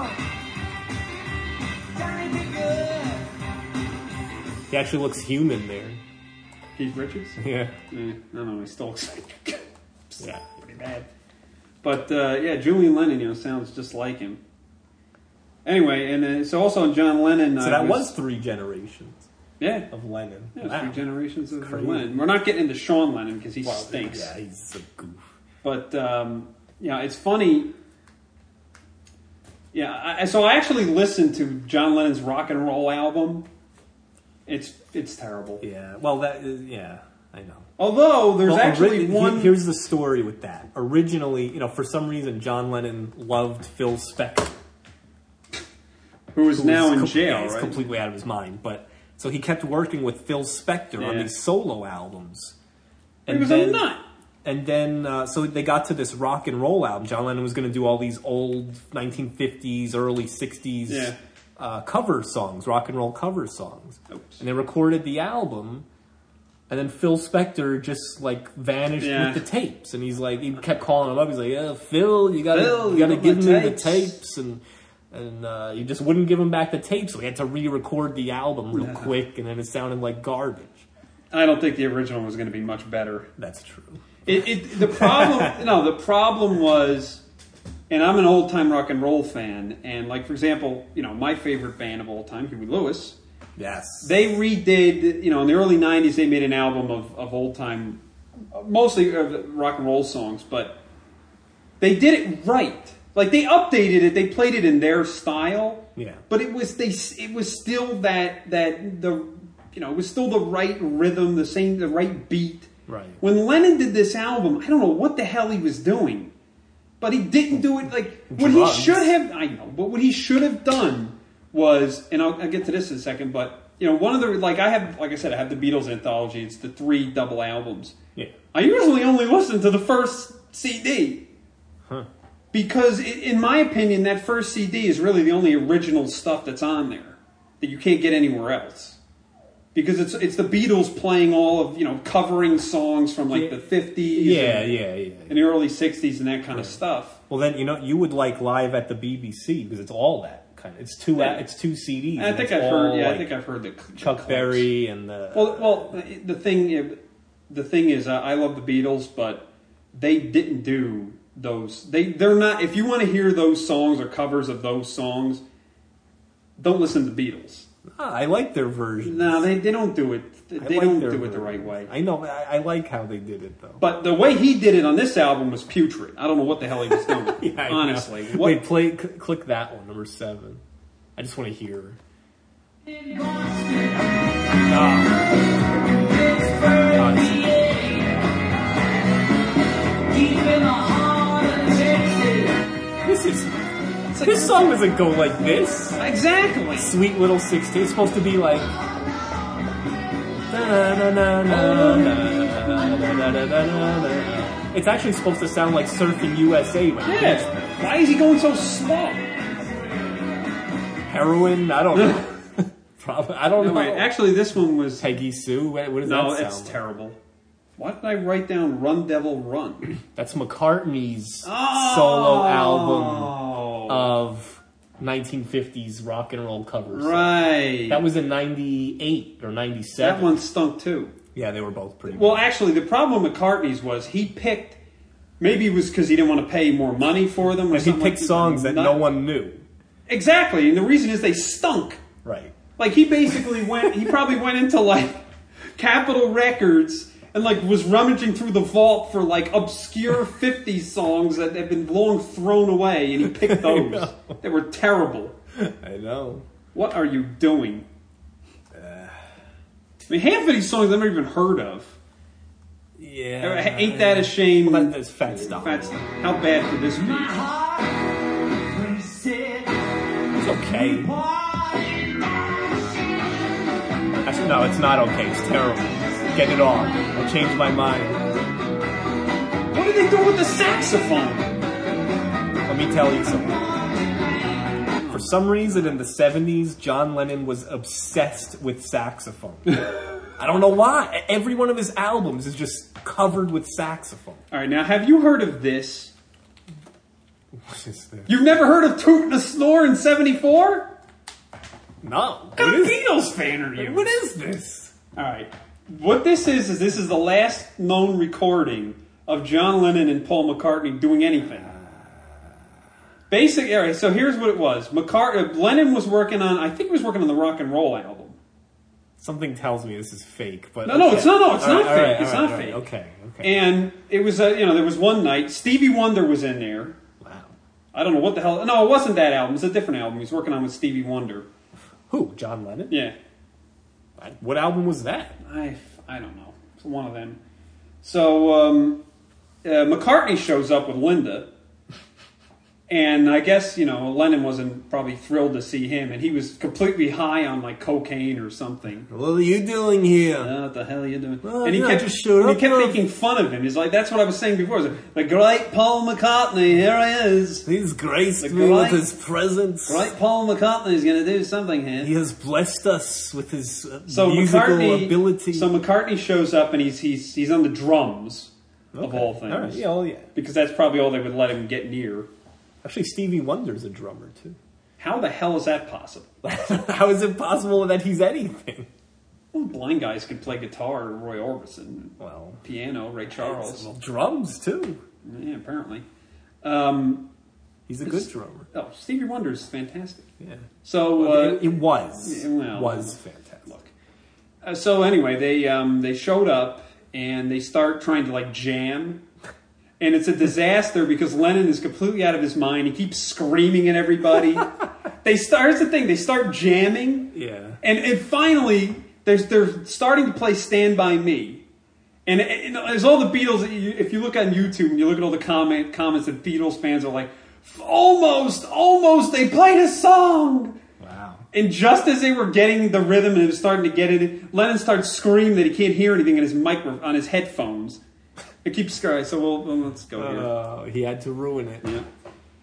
He actually looks human there.
Keith Richards.
Yeah.
Eh, I don't know. He still looks like
Yeah.
pretty bad. [LAUGHS] But uh, yeah, Julian Lennon, you know, sounds just like him. Anyway, and uh, so also on John Lennon.
So
I
that was three generations
yeah.
of Lennon.
Yeah, it was
Wow.
three generations of
Crazy.
Lennon. We're not getting into Sean Lennon because he
Wow,
stinks.
Yeah, he's a goof.
But um, yeah, it's funny. Yeah, I, I- so I actually listened to John Lennon's rock and roll album. It's it's terrible.
Yeah. Well, that is, yeah, I know.
Although there's
Well,
actually
ori- he-
one.
Here's the story with that. Originally, you know, for some reason, John Lennon loved Phil Spector.
who is
who
now
was
in
com-
jail,
yeah, he's
right?
completely out of his mind. But so he kept working with Phil Spector on
Yeah.
these solo albums.
he was a nut.
And then, uh, so they got to this rock and roll album. John Lennon was going to do all these old 1950s, early 60s
Yeah.
uh, cover songs, rock and roll cover songs.
Oops.
And they recorded the album, and then Phil Spector just like vanished
Yeah.
with the tapes. And he's like, he kept calling him up. He's like, yeah, Phil, you gotta,
Phil,
you gotta
you
give
want
me
my
the
tapes?"
tapes. And and uh, you just wouldn't give him back the tape, so we had to re-record the album real quick, and then it sounded like garbage.
I don't think the original was going to be much better.
That's true.
It, it the problem no the problem was, and I'm an old time rock and roll fan, and like for example, you know my favorite band of all time, Huey Lewis.
Yes.
They redid you know in the early '90s they made an album of of old time, mostly of rock and roll songs, but they did it right. Like they updated it, they played it in their style.
Yeah.
But it was they s- it was still that that the you know, it was still the right rhythm, the same the right beat.
Right.
When Lennon did this album, I don't know what the hell he was doing. But he didn't do it like what he
Drugs.
should have I know, but what he should have done was and I'll, I'll get to this in a second, but you know, one of the like I have like I said, I have the Beatles anthology, it's the three double albums.
Yeah.
I usually only listen to the first CD. Because, i- in my opinion, that first CD is really the only original stuff that's on there that you can't get anywhere else. Because it's it's the Beatles playing all of you know covering songs from like the fifties,
Yeah,
and,
yeah, yeah.
and the early sixties and that kind of stuff.
Well, then you know you would like live at the BBC because it's all that kind of. It's two
Yeah.
it's two CDs.
And I
and
think
it's
I've heard,
all,
yeah, I
like,
think I've heard the the
Chuck
clips.
Berry and the
Well, well, the thing, the thing is, I I love the Beatles, but they didn't do those. They they're not. If you want to hear those songs or covers of those songs, don't listen to Beatles.
Ah, I like their version.
No, they they don't do it. They
I like
don't
their
do it the
versions.
right way.
I know. I, I like how they did it though.
But the way he did it on this album was putrid. I don't know what the hell he was doing.
[LAUGHS] [LAUGHS] Yeah, I know.
honestly, what
wait, play, c- click that one, number seven. I just want to hear. This is this song doesn't go like this. [LAUGHS]
exactly?
Sweet little sixteen. It's supposed to be like. It's actually supposed to sound like Surfing USA. When it hits.
Yeah. Why is he going so slow?
Heroin? I don't know. [LAUGHS] Probably. I don't
No,
know.
wait, actually, this one was
Peggy Sue. What what does
no.
that sound?
It's
like?
terrible. Why did I write down "Run Devil Run"?
That's McCartney's solo album Uh,
Oh,
of 1950s rock and roll covers.
right.
That was in 98 or 97.
That one stunk too.
Yeah, they were both pretty
Well, actually, the problem with McCartney's was he picked. Maybe it was because he didn't want to pay more money for them, or
good. He
something
picked
like-
songs that no
Not-
one knew.
exactly. And the reason is they stunk.
Right.
Like he basically went. He probably went into like Capitol Records and like was rummaging through the vault for like obscure '50s songs that had been long thrown away, and he picked those. they were terrible.
[LAUGHS] I know.
What are you doing? I mean, half of these songs I've never even heard of.
Uh, Yeah.
Ain't that a shame?
Well, that- that's fat stuff.
That's- how bad could this be?
It's okay. Actually, no, it's not okay. It's terrible. Get it on. I changed my mind.
What did they do with the saxophone?
Let me tell you something. For some reason in the 70s, John Lennon was obsessed with [LAUGHS] saxophone. I don't know why. Every one of his albums is just covered with saxophone.
All right, now have you heard of this?
What is this?
You've never heard of Toot and a Snore in '74?
No. What
What
is,
Beatles fan are you?
what is this?
All right, what this is is this is the last known recording of John Lennon and Paul McCartney doing anything. Basic, all right. So here's what it was: McCart- uh, Lennon was working on, I think he was working on the rock and roll album.
Something tells me this is fake, but
No, no, it's not- no, it's
All
not
all
fake. It's
all
not
all
fake.
Okay, okay.
And it was, uh, you know, there was one night Stevie Wonder was in there.
wow.
I don't know what the hell. No, it wasn't that album. It's a different album he's working on with Stevie Wonder.
Who? John Lennon?
Yeah,
What album was that?
I, I don't know. It's one of them. So um, uh, McCartney shows up with Linda, and I guess you know Lennon wasn't probably thrilled to see him, and he was completely high on like cocaine or something.
What are you doing here?
Uh, what the hell are you doing?
Well,
and he
yeah,
kept
just showed
and
up,
He kept
uh,
making fun of him. He's like, "That's what I was saying before." He's like, the great Paul McCartney, here he is.
He's graced
The
me
great-
with his presence.
Great Paul McCartney is going to do something here.
He has blessed us with his uh,
so
musical
McCartney,
ability.
So McCartney shows up and he's he's he's on the drums of
Okay.
all things,
right, yeah, oh, yeah.
because that's probably all they would let him get near.
Actually, Stevie Wonder's a drummer [LAUGHS] too.
How the hell is that possible?
How is it possible that he's anything?
Well, blind guys can play guitar, Roy Orbison,
Well,
piano, Ray Charles.
drums too.
Yeah, apparently. Um,
He's a good drummer.
oh, Stevie Wonder is fantastic.
Yeah.
So uh,
it, it was
yeah, well-
was fantastic.
look. Uh, so anyway, they um, they showed up and they start trying to like jam, and it's a disaster because Lennon is completely out of his mind. He keeps screaming at everybody. they start. Here's the thing: they start jamming.
Yeah.
And and finally, they're they're starting to play "Stand by Me," and, and there's all the Beatles. that you- If you look on YouTube and you look at all the comment comments that Beatles fans are like, almost, almost, they played a song.
Wow.
And just as they were getting the rhythm and it was starting to get it, Lennon starts screaming that he can't hear anything in his micro on his headphones. It keeps screaming. So we'll, well let's go here.
Uh, he had to ruin it.
Yeah.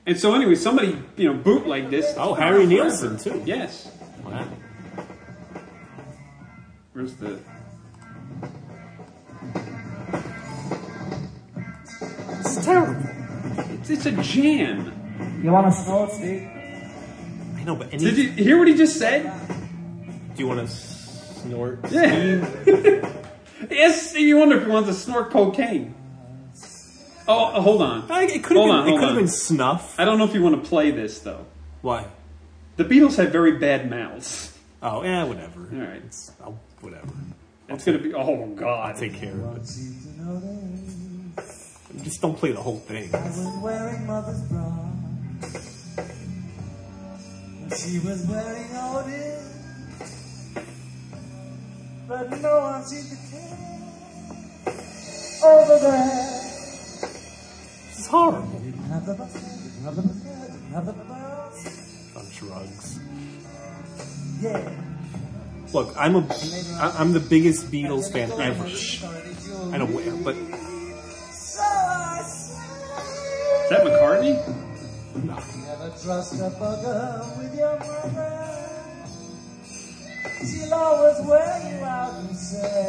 And so anyway, somebody you know bootlegged this.
Uh. Oh, Harry Nielsen too.
Yes.
Wow.
Where's the?
It's terrible.
It's, it's a jam.
You want to snort, Steve?
I know, but any,
Did you hear what he just said?
do you want to snort?
Yeah. yes. And you wonder if he wants to snort cocaine. Oh, uh, hold on.
I, it could
Hold
have
on,
been, it
hold
could
on.
have been snuff.
I don't know if you want to play this though.
Why?
The Beatles had very bad mouths.
Oh, yeah, whatever.
All right.
It's, I'll, whatever.
It's gonna be. Oh
I'll
God.
take care of it. Just don't play the whole thing.
I was wearing mother's bra. And She was wearing Odin. But no one seemed to care. Over there.
This is horrible.
Didn't have the bus, didn't have the bus, didn't have the bus.
On drugs.
Yeah.
Look, I'm a, I- I'm the biggest Beatles fan ever. I don't wear, but
So I say,
Is that McCartney?
no.
never trust a bugger with your mother. She'll always wear you out and say,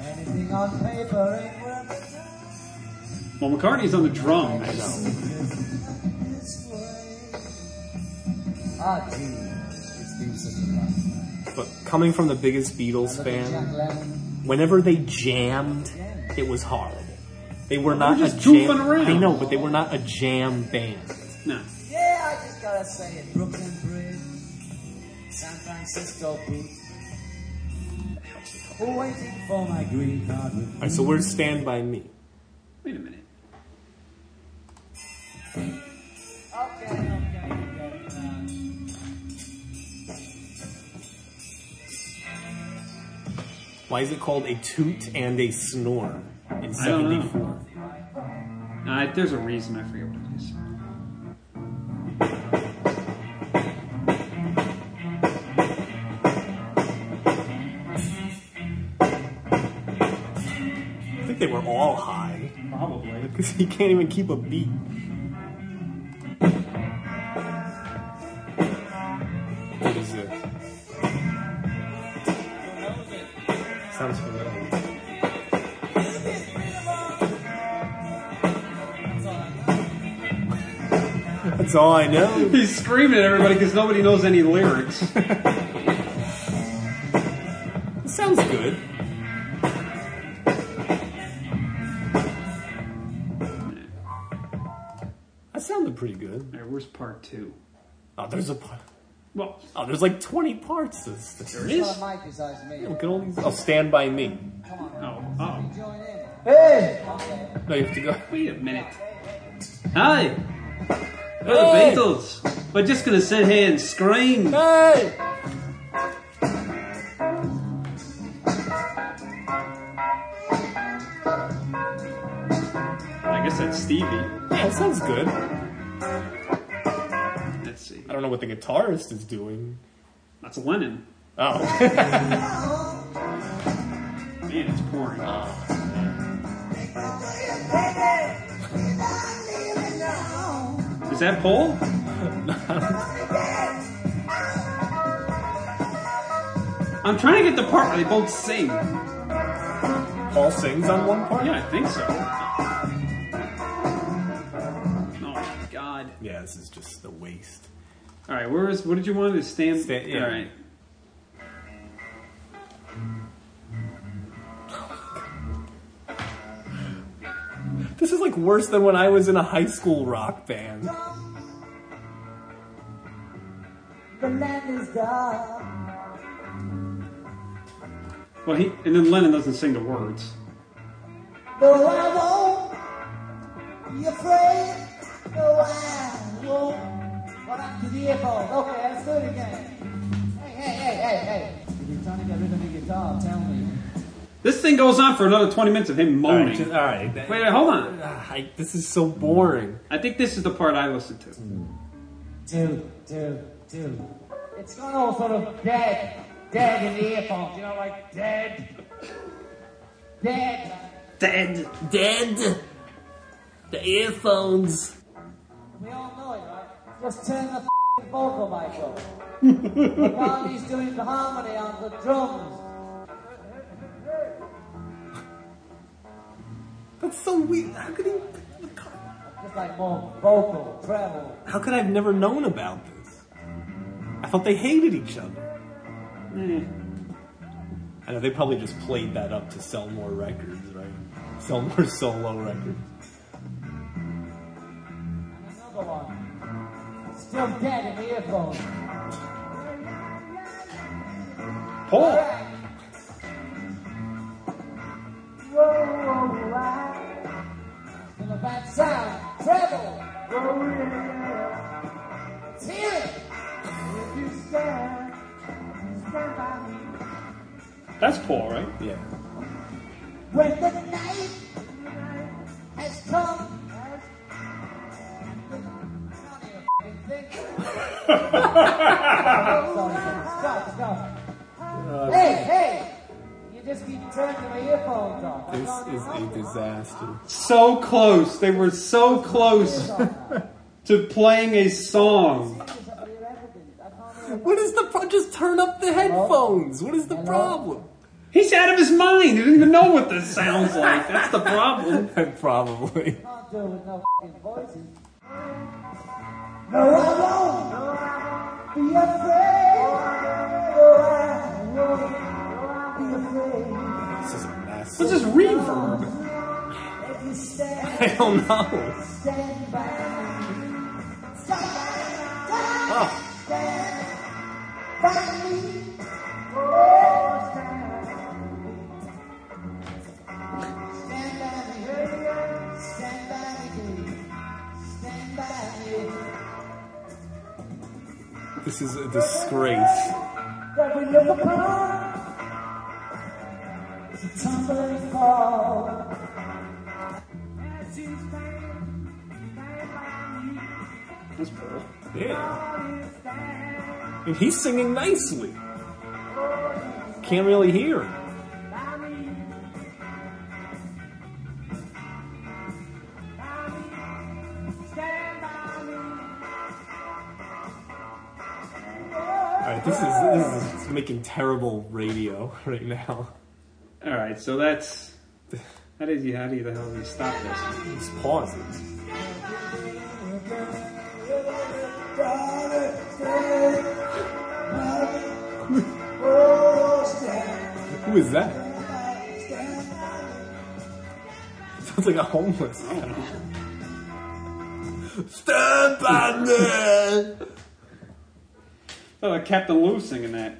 anything on paper ain't worth a
Well, McCartney's on the drums.
I know.
dime this way. Ah, gee, it's been such a long time.
But coming from the biggest Beatles
Look at Jack
fan,
Lemmon.
whenever they jammed, it was horrible. They were not
just
a jam.
goofing around.
They know, but they were not a jam band.
No.
Yeah, I just gotta say it. Brooklyn Bridge, San Francisco Beach. Who waiting for my green card with
All right, so where's Stand By Me?
Wait a minute.
Okay, okay, okay. Uh,
Why is it called a toot and a snore in
I don't know.
74?
Uh, there's a reason I forget what it is.
I think they were all high.
Probably.
Because he can't even keep a beat. What is this? Sounds familiar. That's all I know.
He's screaming at everybody because nobody knows any lyrics. [LAUGHS]
It sounds good. That sounded pretty good.
Alright, where's part two?
Oh, there's a part.
Well, Oh,
Oh, there's like 20 parts to this.
there
thing.
it is.
not Mike besides me.
Look at all these. Oh, stand by me.
Oh, oh.
Join in.
Hey! No, you have to go. [LAUGHS]
Wait a minute. Hi! We're the Beatles! We're just gonna sit here and scream!
Hey!
I guess that's Stevie.
That sounds good. I
Let's see.
don't know what the guitarist is doing.
That's Lennon.
Oh. [LAUGHS]
Man, it's pouring. Is that Paul? [LAUGHS] I'm trying to get the part where they both sing. Yeah,
Paul sings on one part?
I think so. Oh my god.
Yeah, this is just a waste.
Alright, where is what did you want to stand?
Stand- yeah.
Alright.
This is like worse than when I was in a high school rock band.
The land is dark.
Well he and then Lennon doesn't sing the words.
No, I won't. You afraid? No, I won't. What I'm to the earphones. Okay, let's do it again. Hey, hey, hey, hey, hey. If you're trying to get rid of the guitar, tell me.
This thing goes on for another 20 minutes of him
All
moaning.
right, just- uh, all right.
Wait, wait, hold on.
Ah, I- this is so boring.
I think this is the part I listened to.
Two, two, two. It's gone all sort of dead, dead in the earphones. You know, like dead, dead.
Dead.
Dead. The earphones.
We all know it, right? Just turn the f***ing vocal mic up. And while he's doing the harmony on the drums.
That's so weird. How could he?
Just like more vocal, treble.
How could I have never known about this? I thought they hated each other. I know they probably just played that up to sell more records, right? Sell more [LAUGHS] solo records.
And another one. Still dead in the earphones.
Paul.
From the bad sound, treble. Let's hear it.
That's Paul, right?
Yeah.
When the night has come. I don't even think. Stop, stop. Hey, hey! You just keep turning my earphones off.
This is a disaster.
So close. They were so close to playing a song.
What is the problem? Just turn up the headphones. What is the problem?
He's out of his mind. He doesn't even know what this sounds like. That's the
[LAUGHS]
problem.
probably.
can't do it with no fucking voices. No, I won't. Be afraid. No, I won't. Be afraid.
This is a mess.
What's this reverb?
If you stand,
I don't know.
stand by. Stand by.
Oh,
Stand by me. Oh, stand Stand by me. Stand by me. Stand by me.
this is a disgrace.
that we look upon is a tumbling fall.
That's Paul.
Yeah. And he's singing nicely. Can't really hear him. Alright, this is, this is making terrible radio [LAUGHS] right now.
All right, so that's how did you how do you the hell do you stop this?
Just pause it. [LAUGHS] Who is that? [LAUGHS] Sounds like a homeless. [LAUGHS] Stand by me!
[LAUGHS] Oh, Captain Lou singing that.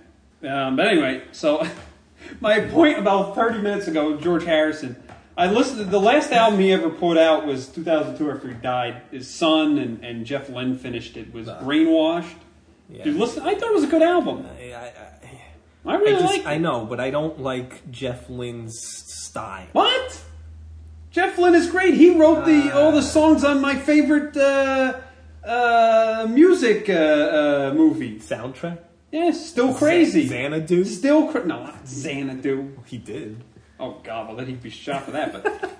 Um, but anyway, so [LAUGHS] my point about 30 minutes ago, George Harrison. I listened to the last album he ever put out was 2002 after he died. His son and, and Jeff Lynne finished it. Was Brainwashed.
Yeah.
Dude, listen, I thought it was a good album.
I, I-
I
I
really
just,
like.
I know, but I don't like Jeff Lynne's style.
What? Jeff Lynne is great. He wrote
Uh.
the all the songs on my favorite uh, uh, music uh, uh, movie.
Soundtrack?
Yeah, still crazy.
Xanadu?
Still cra- no, not Xanadu.
He did.
Oh God, well then he'd be shot for that. But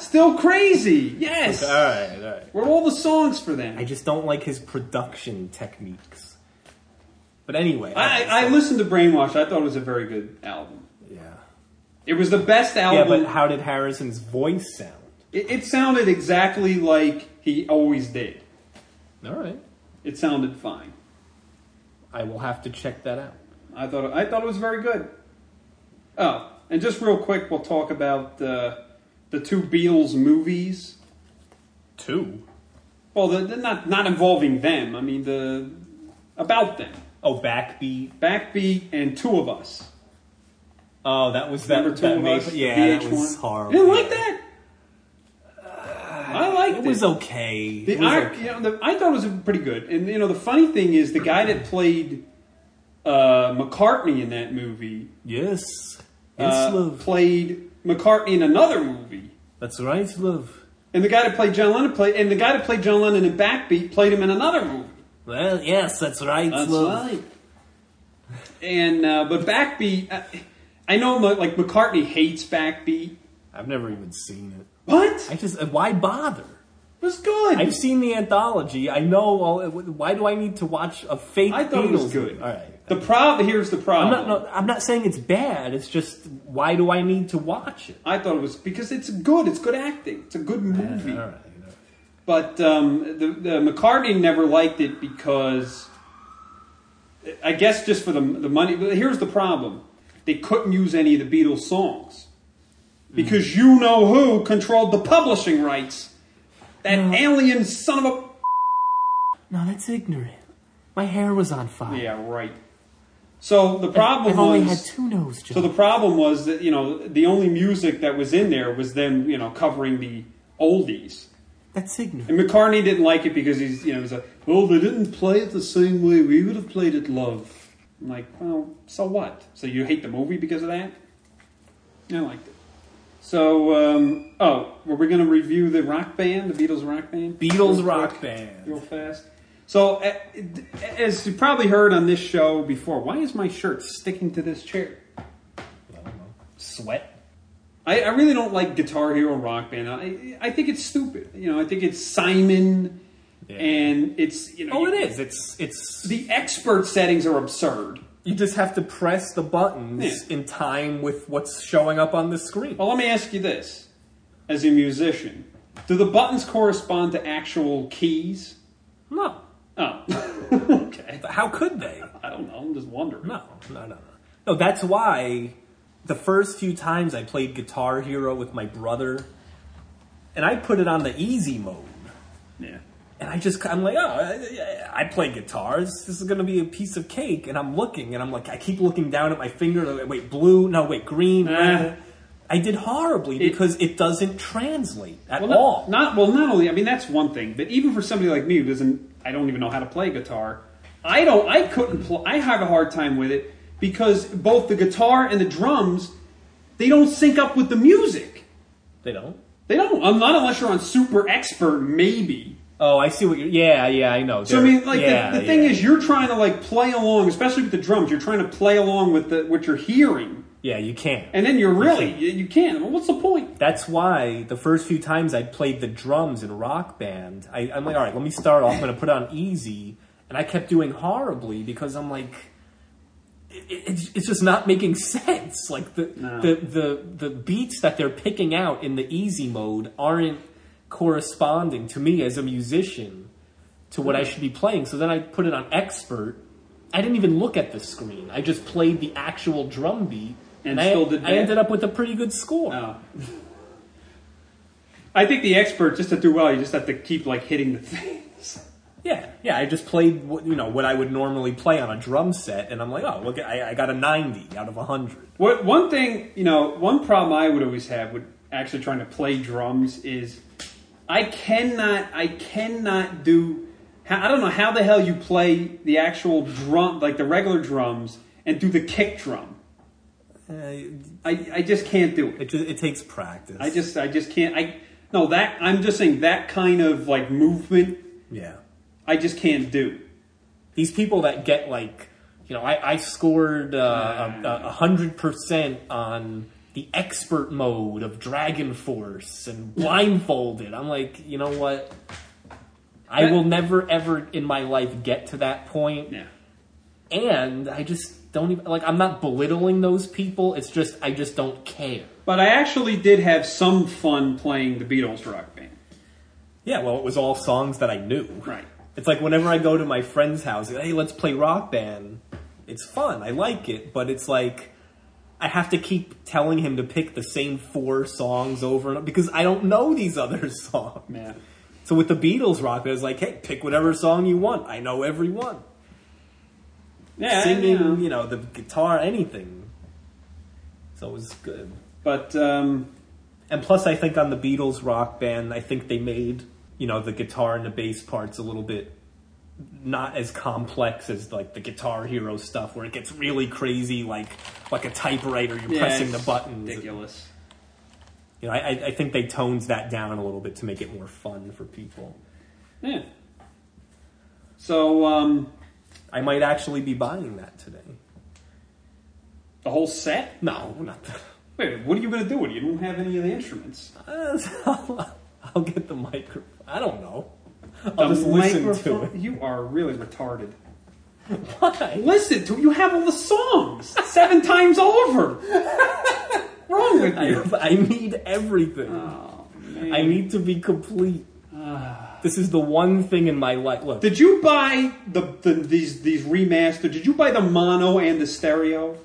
[LAUGHS] still crazy. Yes,
Alright, alright.
wrote all the songs for
I
them.
just don't like his production techniques. But anyway.
I, I listened to Brainwash. I thought it was a very good album.
Yeah.
It was the best
Yeah,
album.
but how did Harrison's voice sound?
it, it sounded exactly like he always did.
Alright.
It sounded fine.
I will have to check that out.
I thought I thought it was very good. Oh, and just real quick, we'll talk about uh, the two Beatles movies.
Two?
Well, the, the, not not involving them. I mean, the about them.
Oh, Backbeat.
Backbeat and Two of Us.
Oh, that was that.
Remember Two
that
of
made-
Us?
Yeah,
VH1?
that was horrible.
You didn't like that? liked
It
it.
was okay.
The
It was
ir-
okay.
you know, the, I thought it was pretty good. And you know, the funny thing is, the guy that played uh, McCartney in that movie
Yes. Yes,
uh,
love.
played McCartney in another movie.
That's right, love.
And the guy that played John Lennon played, and the guy that played John Lennon in Backbeat played him in another movie.
Well, yes, that's right,
That's
love.
right. And uh, but Backbeat, I, I know Ma- like McCartney hates Backbeat.
I've never even seen it.
What?
I just, uh, why bother?
It was good.
I've seen the anthology. I know all. Why do I need to watch a fake?
I thought it was
Beatles-
good.
All right.
The problem here's the
I'm not.
problem.
No, I'm not saying it's bad. It's just why do I need to watch it?
I thought it was because it's good. It's good acting. It's a good movie.
All right.
But um, the, the McCartney never liked it because, I guess, just for the the money. But here's the problem: they couldn't use any of the Beatles songs because
Mm.
you know who controlled the publishing rights. That alien son of
No, that's ignorant. My hair was on fire.
a. Yeah, right. So the problem
I've only had
was.
two nose jobs.
so the problem was that you know the only music that was in there was them you know covering the oldies.
that's ignorant.
And McCartney didn't like it because he's, you know, he's like, oh, they didn't play it the same way we would have played it, love. I'm like, well, so what? So you hate the movie because of that? I liked it. So, um, oh, were we going to review the rock band, the Beatles rock band?
Beatles
Real
rock
quick,
band.
Real fast. So, uh, as you probably heard on this show before, why is my shirt sticking to this chair?
Sweat.
I, I really don't like Guitar Hero Rock Band. I I think it's stupid. You know, I think it's Simon,
Yeah.
and it's you know.
Oh,
you-
it is. It's it's.
The expert settings are absurd.
you just have to press the buttons
Yeah. Oh.
in time with what's showing up on the screen.
Well, let me ask you this: as a musician, do the buttons correspond to actual keys?
No.
Oh, [LAUGHS] okay.
How could they?
I don't know. I'm just wondering.
No, no, no, no. No, that's why the first few times I played Guitar Hero with my brother, and I put it on the easy mode,
Yeah.
and I just, I'm like, oh, I- I, I play guitars. This is going to be a piece of cake. And I'm looking, and I'm like, I keep looking down at my finger. like, Wait, blue? No, wait, green.
Eh.
I did horribly because it doesn't translate at
Well,
all.
not, not well. Not only I mean that's one thing, but even for somebody like me who doesn't, I don't even know how to play guitar. I don't. I couldn't. Pl- I have a hard time with it because both the guitar and the drums, they don't sync up with the music.
they don't.
They don't. um, Not unless you're on super expert, maybe.
Oh, I see what you're. Yeah, yeah, I know.
So I mean, like
Yeah,
the, the thing
yeah.
is, you're trying to like play along, especially with the drums. You're trying to play along with the, what you're hearing,
yeah, you can't.
and then you're really you, you can't. Well, what's the point?
That's why the first few times I played the drums in Rock Band, I, I'm like, all right, let me start off. I'm going to put on easy. And I kept doing horribly because I'm like, it, it's it's just not making sense. Like the,
No.
the, the, the beats that they're picking out in the easy mode aren't corresponding to me as a musician to what I should be playing. So then I put it on expert. I didn't even look at the screen. I just played the actual drum beat.
And
I,
still did Oh.
I
bad?
ended up with a pretty good score.
No. I think the expert just to do well, you just have to keep like hitting the [LAUGHS] things.
Yeah, yeah. I just played, what- you know, what I would normally play on a drum set, and I'm like, oh, look, I, I got a 90 out of 100.
What one thing you know, one problem I would always have with actually trying to play drums is I cannot, I cannot do. I don't know how the hell you play the actual drum, like the regular drums, and do the kick drum.
Uh,
I, I just can't do it.
it just it takes practice.
I just I just can't. I no that I'm just saying that kind of like movement
yeah.
I just can't do.
These people that get like, you know, I, I scored uh, hundred percent on the expert mode of Dragon Force and blindfolded. I'm like, you know what? I
That-
will never ever in my life get to that point.
Yeah.
and I just don't even like. I'm not belittling those people. It's just I just don't care.
But I actually did have some fun playing the Beatles rock band.
Yeah, well, it was all songs that I knew.
Right.
It's like whenever I go to my friend's house, hey, let's play Rock Band. It's fun. I like it, but it's like I have to keep telling him to pick the same four songs over and over because I don't know these other [LAUGHS] songs.
Yeah.
So with the Beatles Rock Band, it's like, hey, pick whatever song you want. I know every one.
Yeah.
Singing,
you know.
you know, the guitar, anything. So it was good.
But um,
And plus, I think on the Beatles rock band, I think they made you know the guitar and the bass parts a little bit not as complex as like the guitar hero stuff where it gets really crazy like like a typewriter you're
Yeah,
pressing the
it's
buttons
Ridiculous.
you know I, I- I think they tones that down a little bit to make it more fun for people
Yeah. So um,
i might actually be buying that today
the whole set.
no not the,
Wait, what are you going to do with it? You don't have any of the instruments.
Uh, I'll, [LAUGHS] I'll get the microphone i don't know i'll just listen to
[LAUGHS]
it
You are really retarded.
Why?
Listen to you have all the songs seven times over. [LAUGHS] Wrong with
I,
you?
I need everything
Oh, man.
i need to be complete this is the one thing in my life look
Ah. Did you buy the, the these these remastered? Did you buy the mono and the stereo?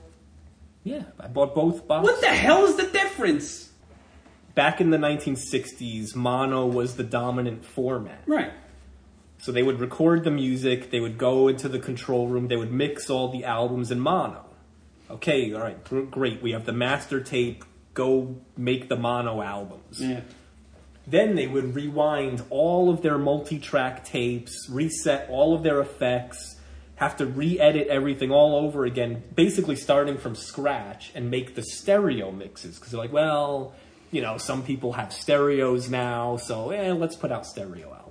yeah i bought both boxes
What the hell is the difference?
back in the 1960s, mono was the dominant format.
Right.
So they would record the music, they would go into the control room, they would mix all the albums in mono. Okay, all right, gr- great. We have the master tape. Go make the mono albums.
Yeah.
Then they would rewind all of their multi track tapes, reset all of their effects, have to re edit everything all over again, basically starting from scratch and make the stereo mixes. Because they're like, well, you know, some people have stereos now, so eh, let's put out stereo albums.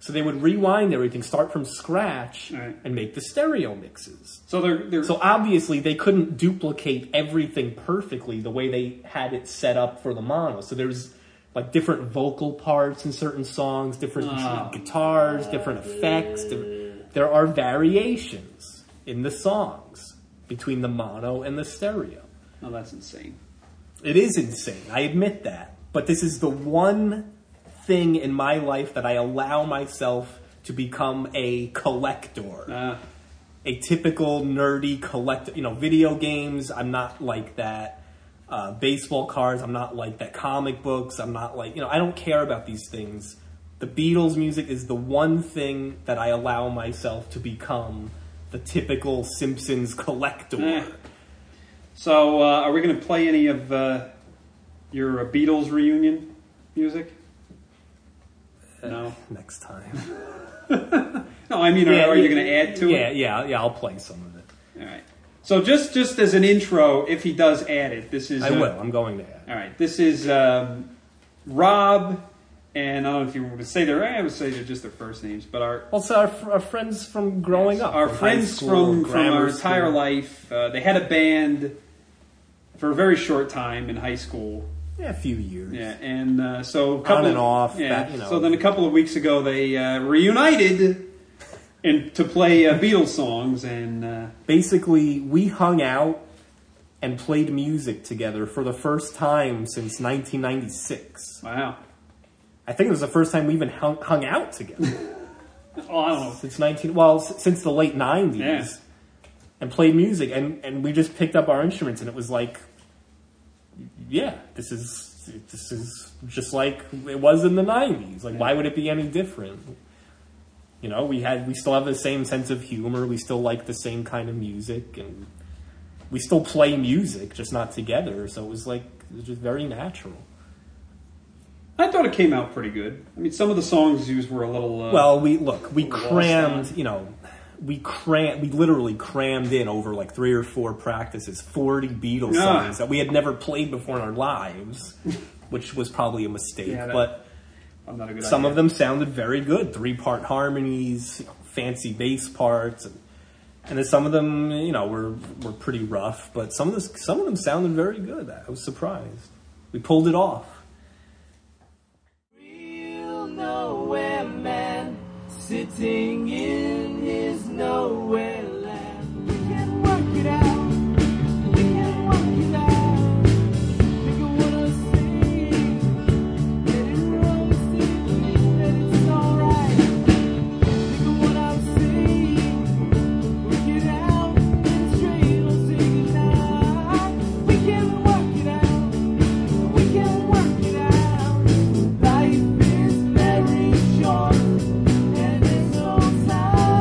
So they would rewind everything, start from scratch,
Right.
and make the stereo mixes.
So they're they're
So obviously they couldn't duplicate everything perfectly the way they had it set up for the mono. So there's like different vocal parts in certain songs, different guitars, different effects. di- There are variations in the songs between the mono and the stereo.
Oh, that's insane.
It is insane. I admit that. But this is the one thing in my life that I allow myself to become a collector
Uh,
a typical nerdy collect you know video games i'm not like that uh, baseball cards i'm not like that comic books i'm not like you know i don't care about these things the beatles music is the one thing that i allow myself to become the typical simpsons [LAUGHS] collector
Eh. so uh, are we going to play any of uh, your uh, Beatles reunion music?
Uh,
No.
next time
No, I mean, are,
Yeah,
are you
yeah,
going to add to
yeah
it?
yeah yeah i'll play some of it
All right. So just just as an intro, if he does add it, this is
i
uh,
will i'm going there
All right, this is um, Rob, and I don't know if you would say their I would say they're just their first names, but our
also our, fr- our friends from growing up from
our
high
friends
school,
from from
grammar
our entire
school.
life. Uh, they had a band for a very short time in high school.
yeah a few years
Yeah, and uh, so a couple
and off,
Yeah,
that, you know.
so then a couple of weeks ago they uh, reunited. And to play uh, Beatles songs, and uh,
basically we hung out and played music together for the first time since 1996.
wow,
I think it was the first time we even hung, hung out together
oh, I don't know,
since 19 well s- since the late 90s
Yeah.
and played music and and we just picked up our instruments and it was like yeah, this is this is just like it was in the 90s. Like why would it be any different? You know, we had we still have the same sense of humor, we still like the same kind of music and we still play music just not together, so it was like it was just very natural.
I thought it came out pretty good. I mean, some of the songs used were a little uh,
Well, we look, we
Lost
crammed, you know, we cram, we literally crammed in over like three or four practices, forty Beatles
Yeah.
songs that we had never played before in our
[LAUGHS]
lives, which was probably a mistake.
Yeah, that-
but
I'm not a good
some
idea.
of them sounded very good, three part harmonies, you know, fancy bass parts, and, and then some of them, you know, were were pretty rough. But some of this, some of them sounded very good. I was surprised. We pulled it off.
Real nowhere man sitting in his nowhere land. We can work it out. We can work it out. Think of what I say. Let it roll simply that it's alright. Think of what I say. Work it out. and straight or take it out. We can work it out. We can work it out. Life is very short, and it's all time.
Ah.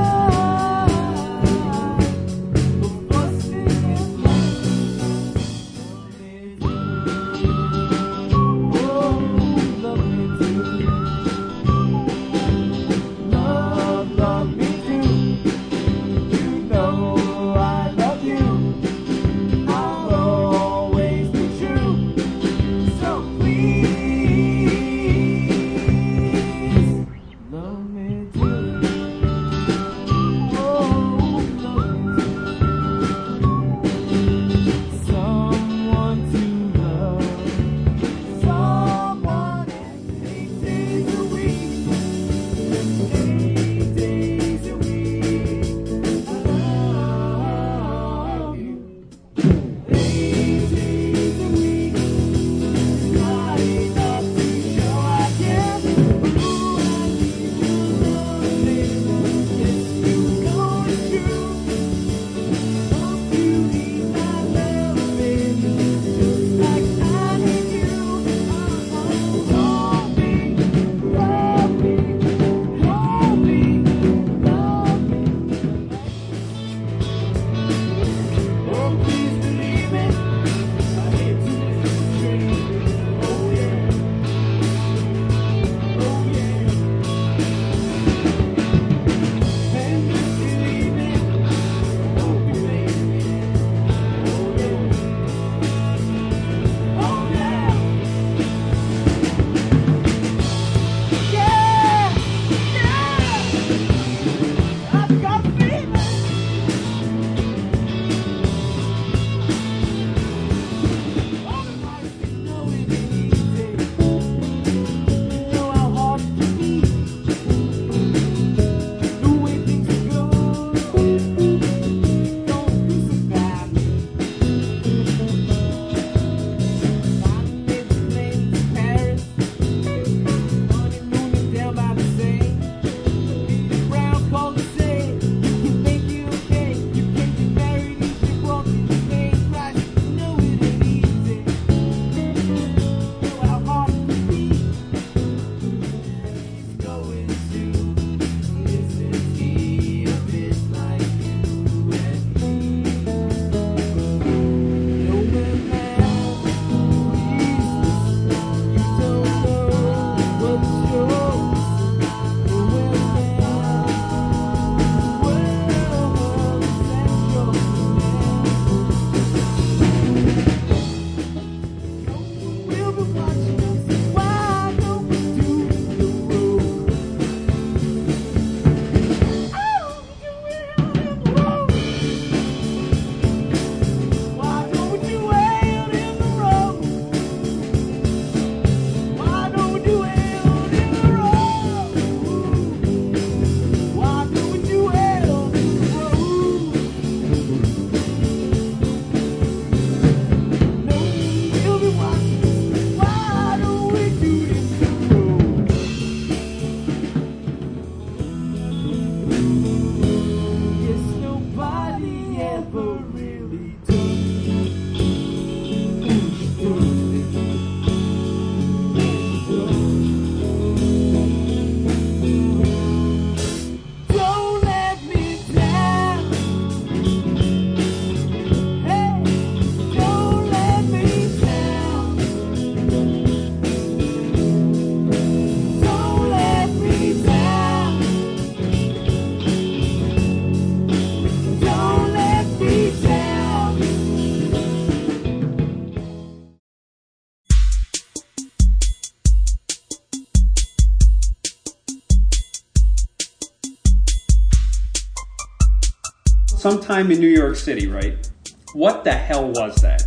sometime in New York City, right? What the hell was that?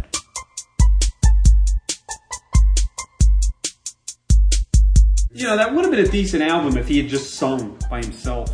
You know, that would have been a decent album if he had just sung by himself.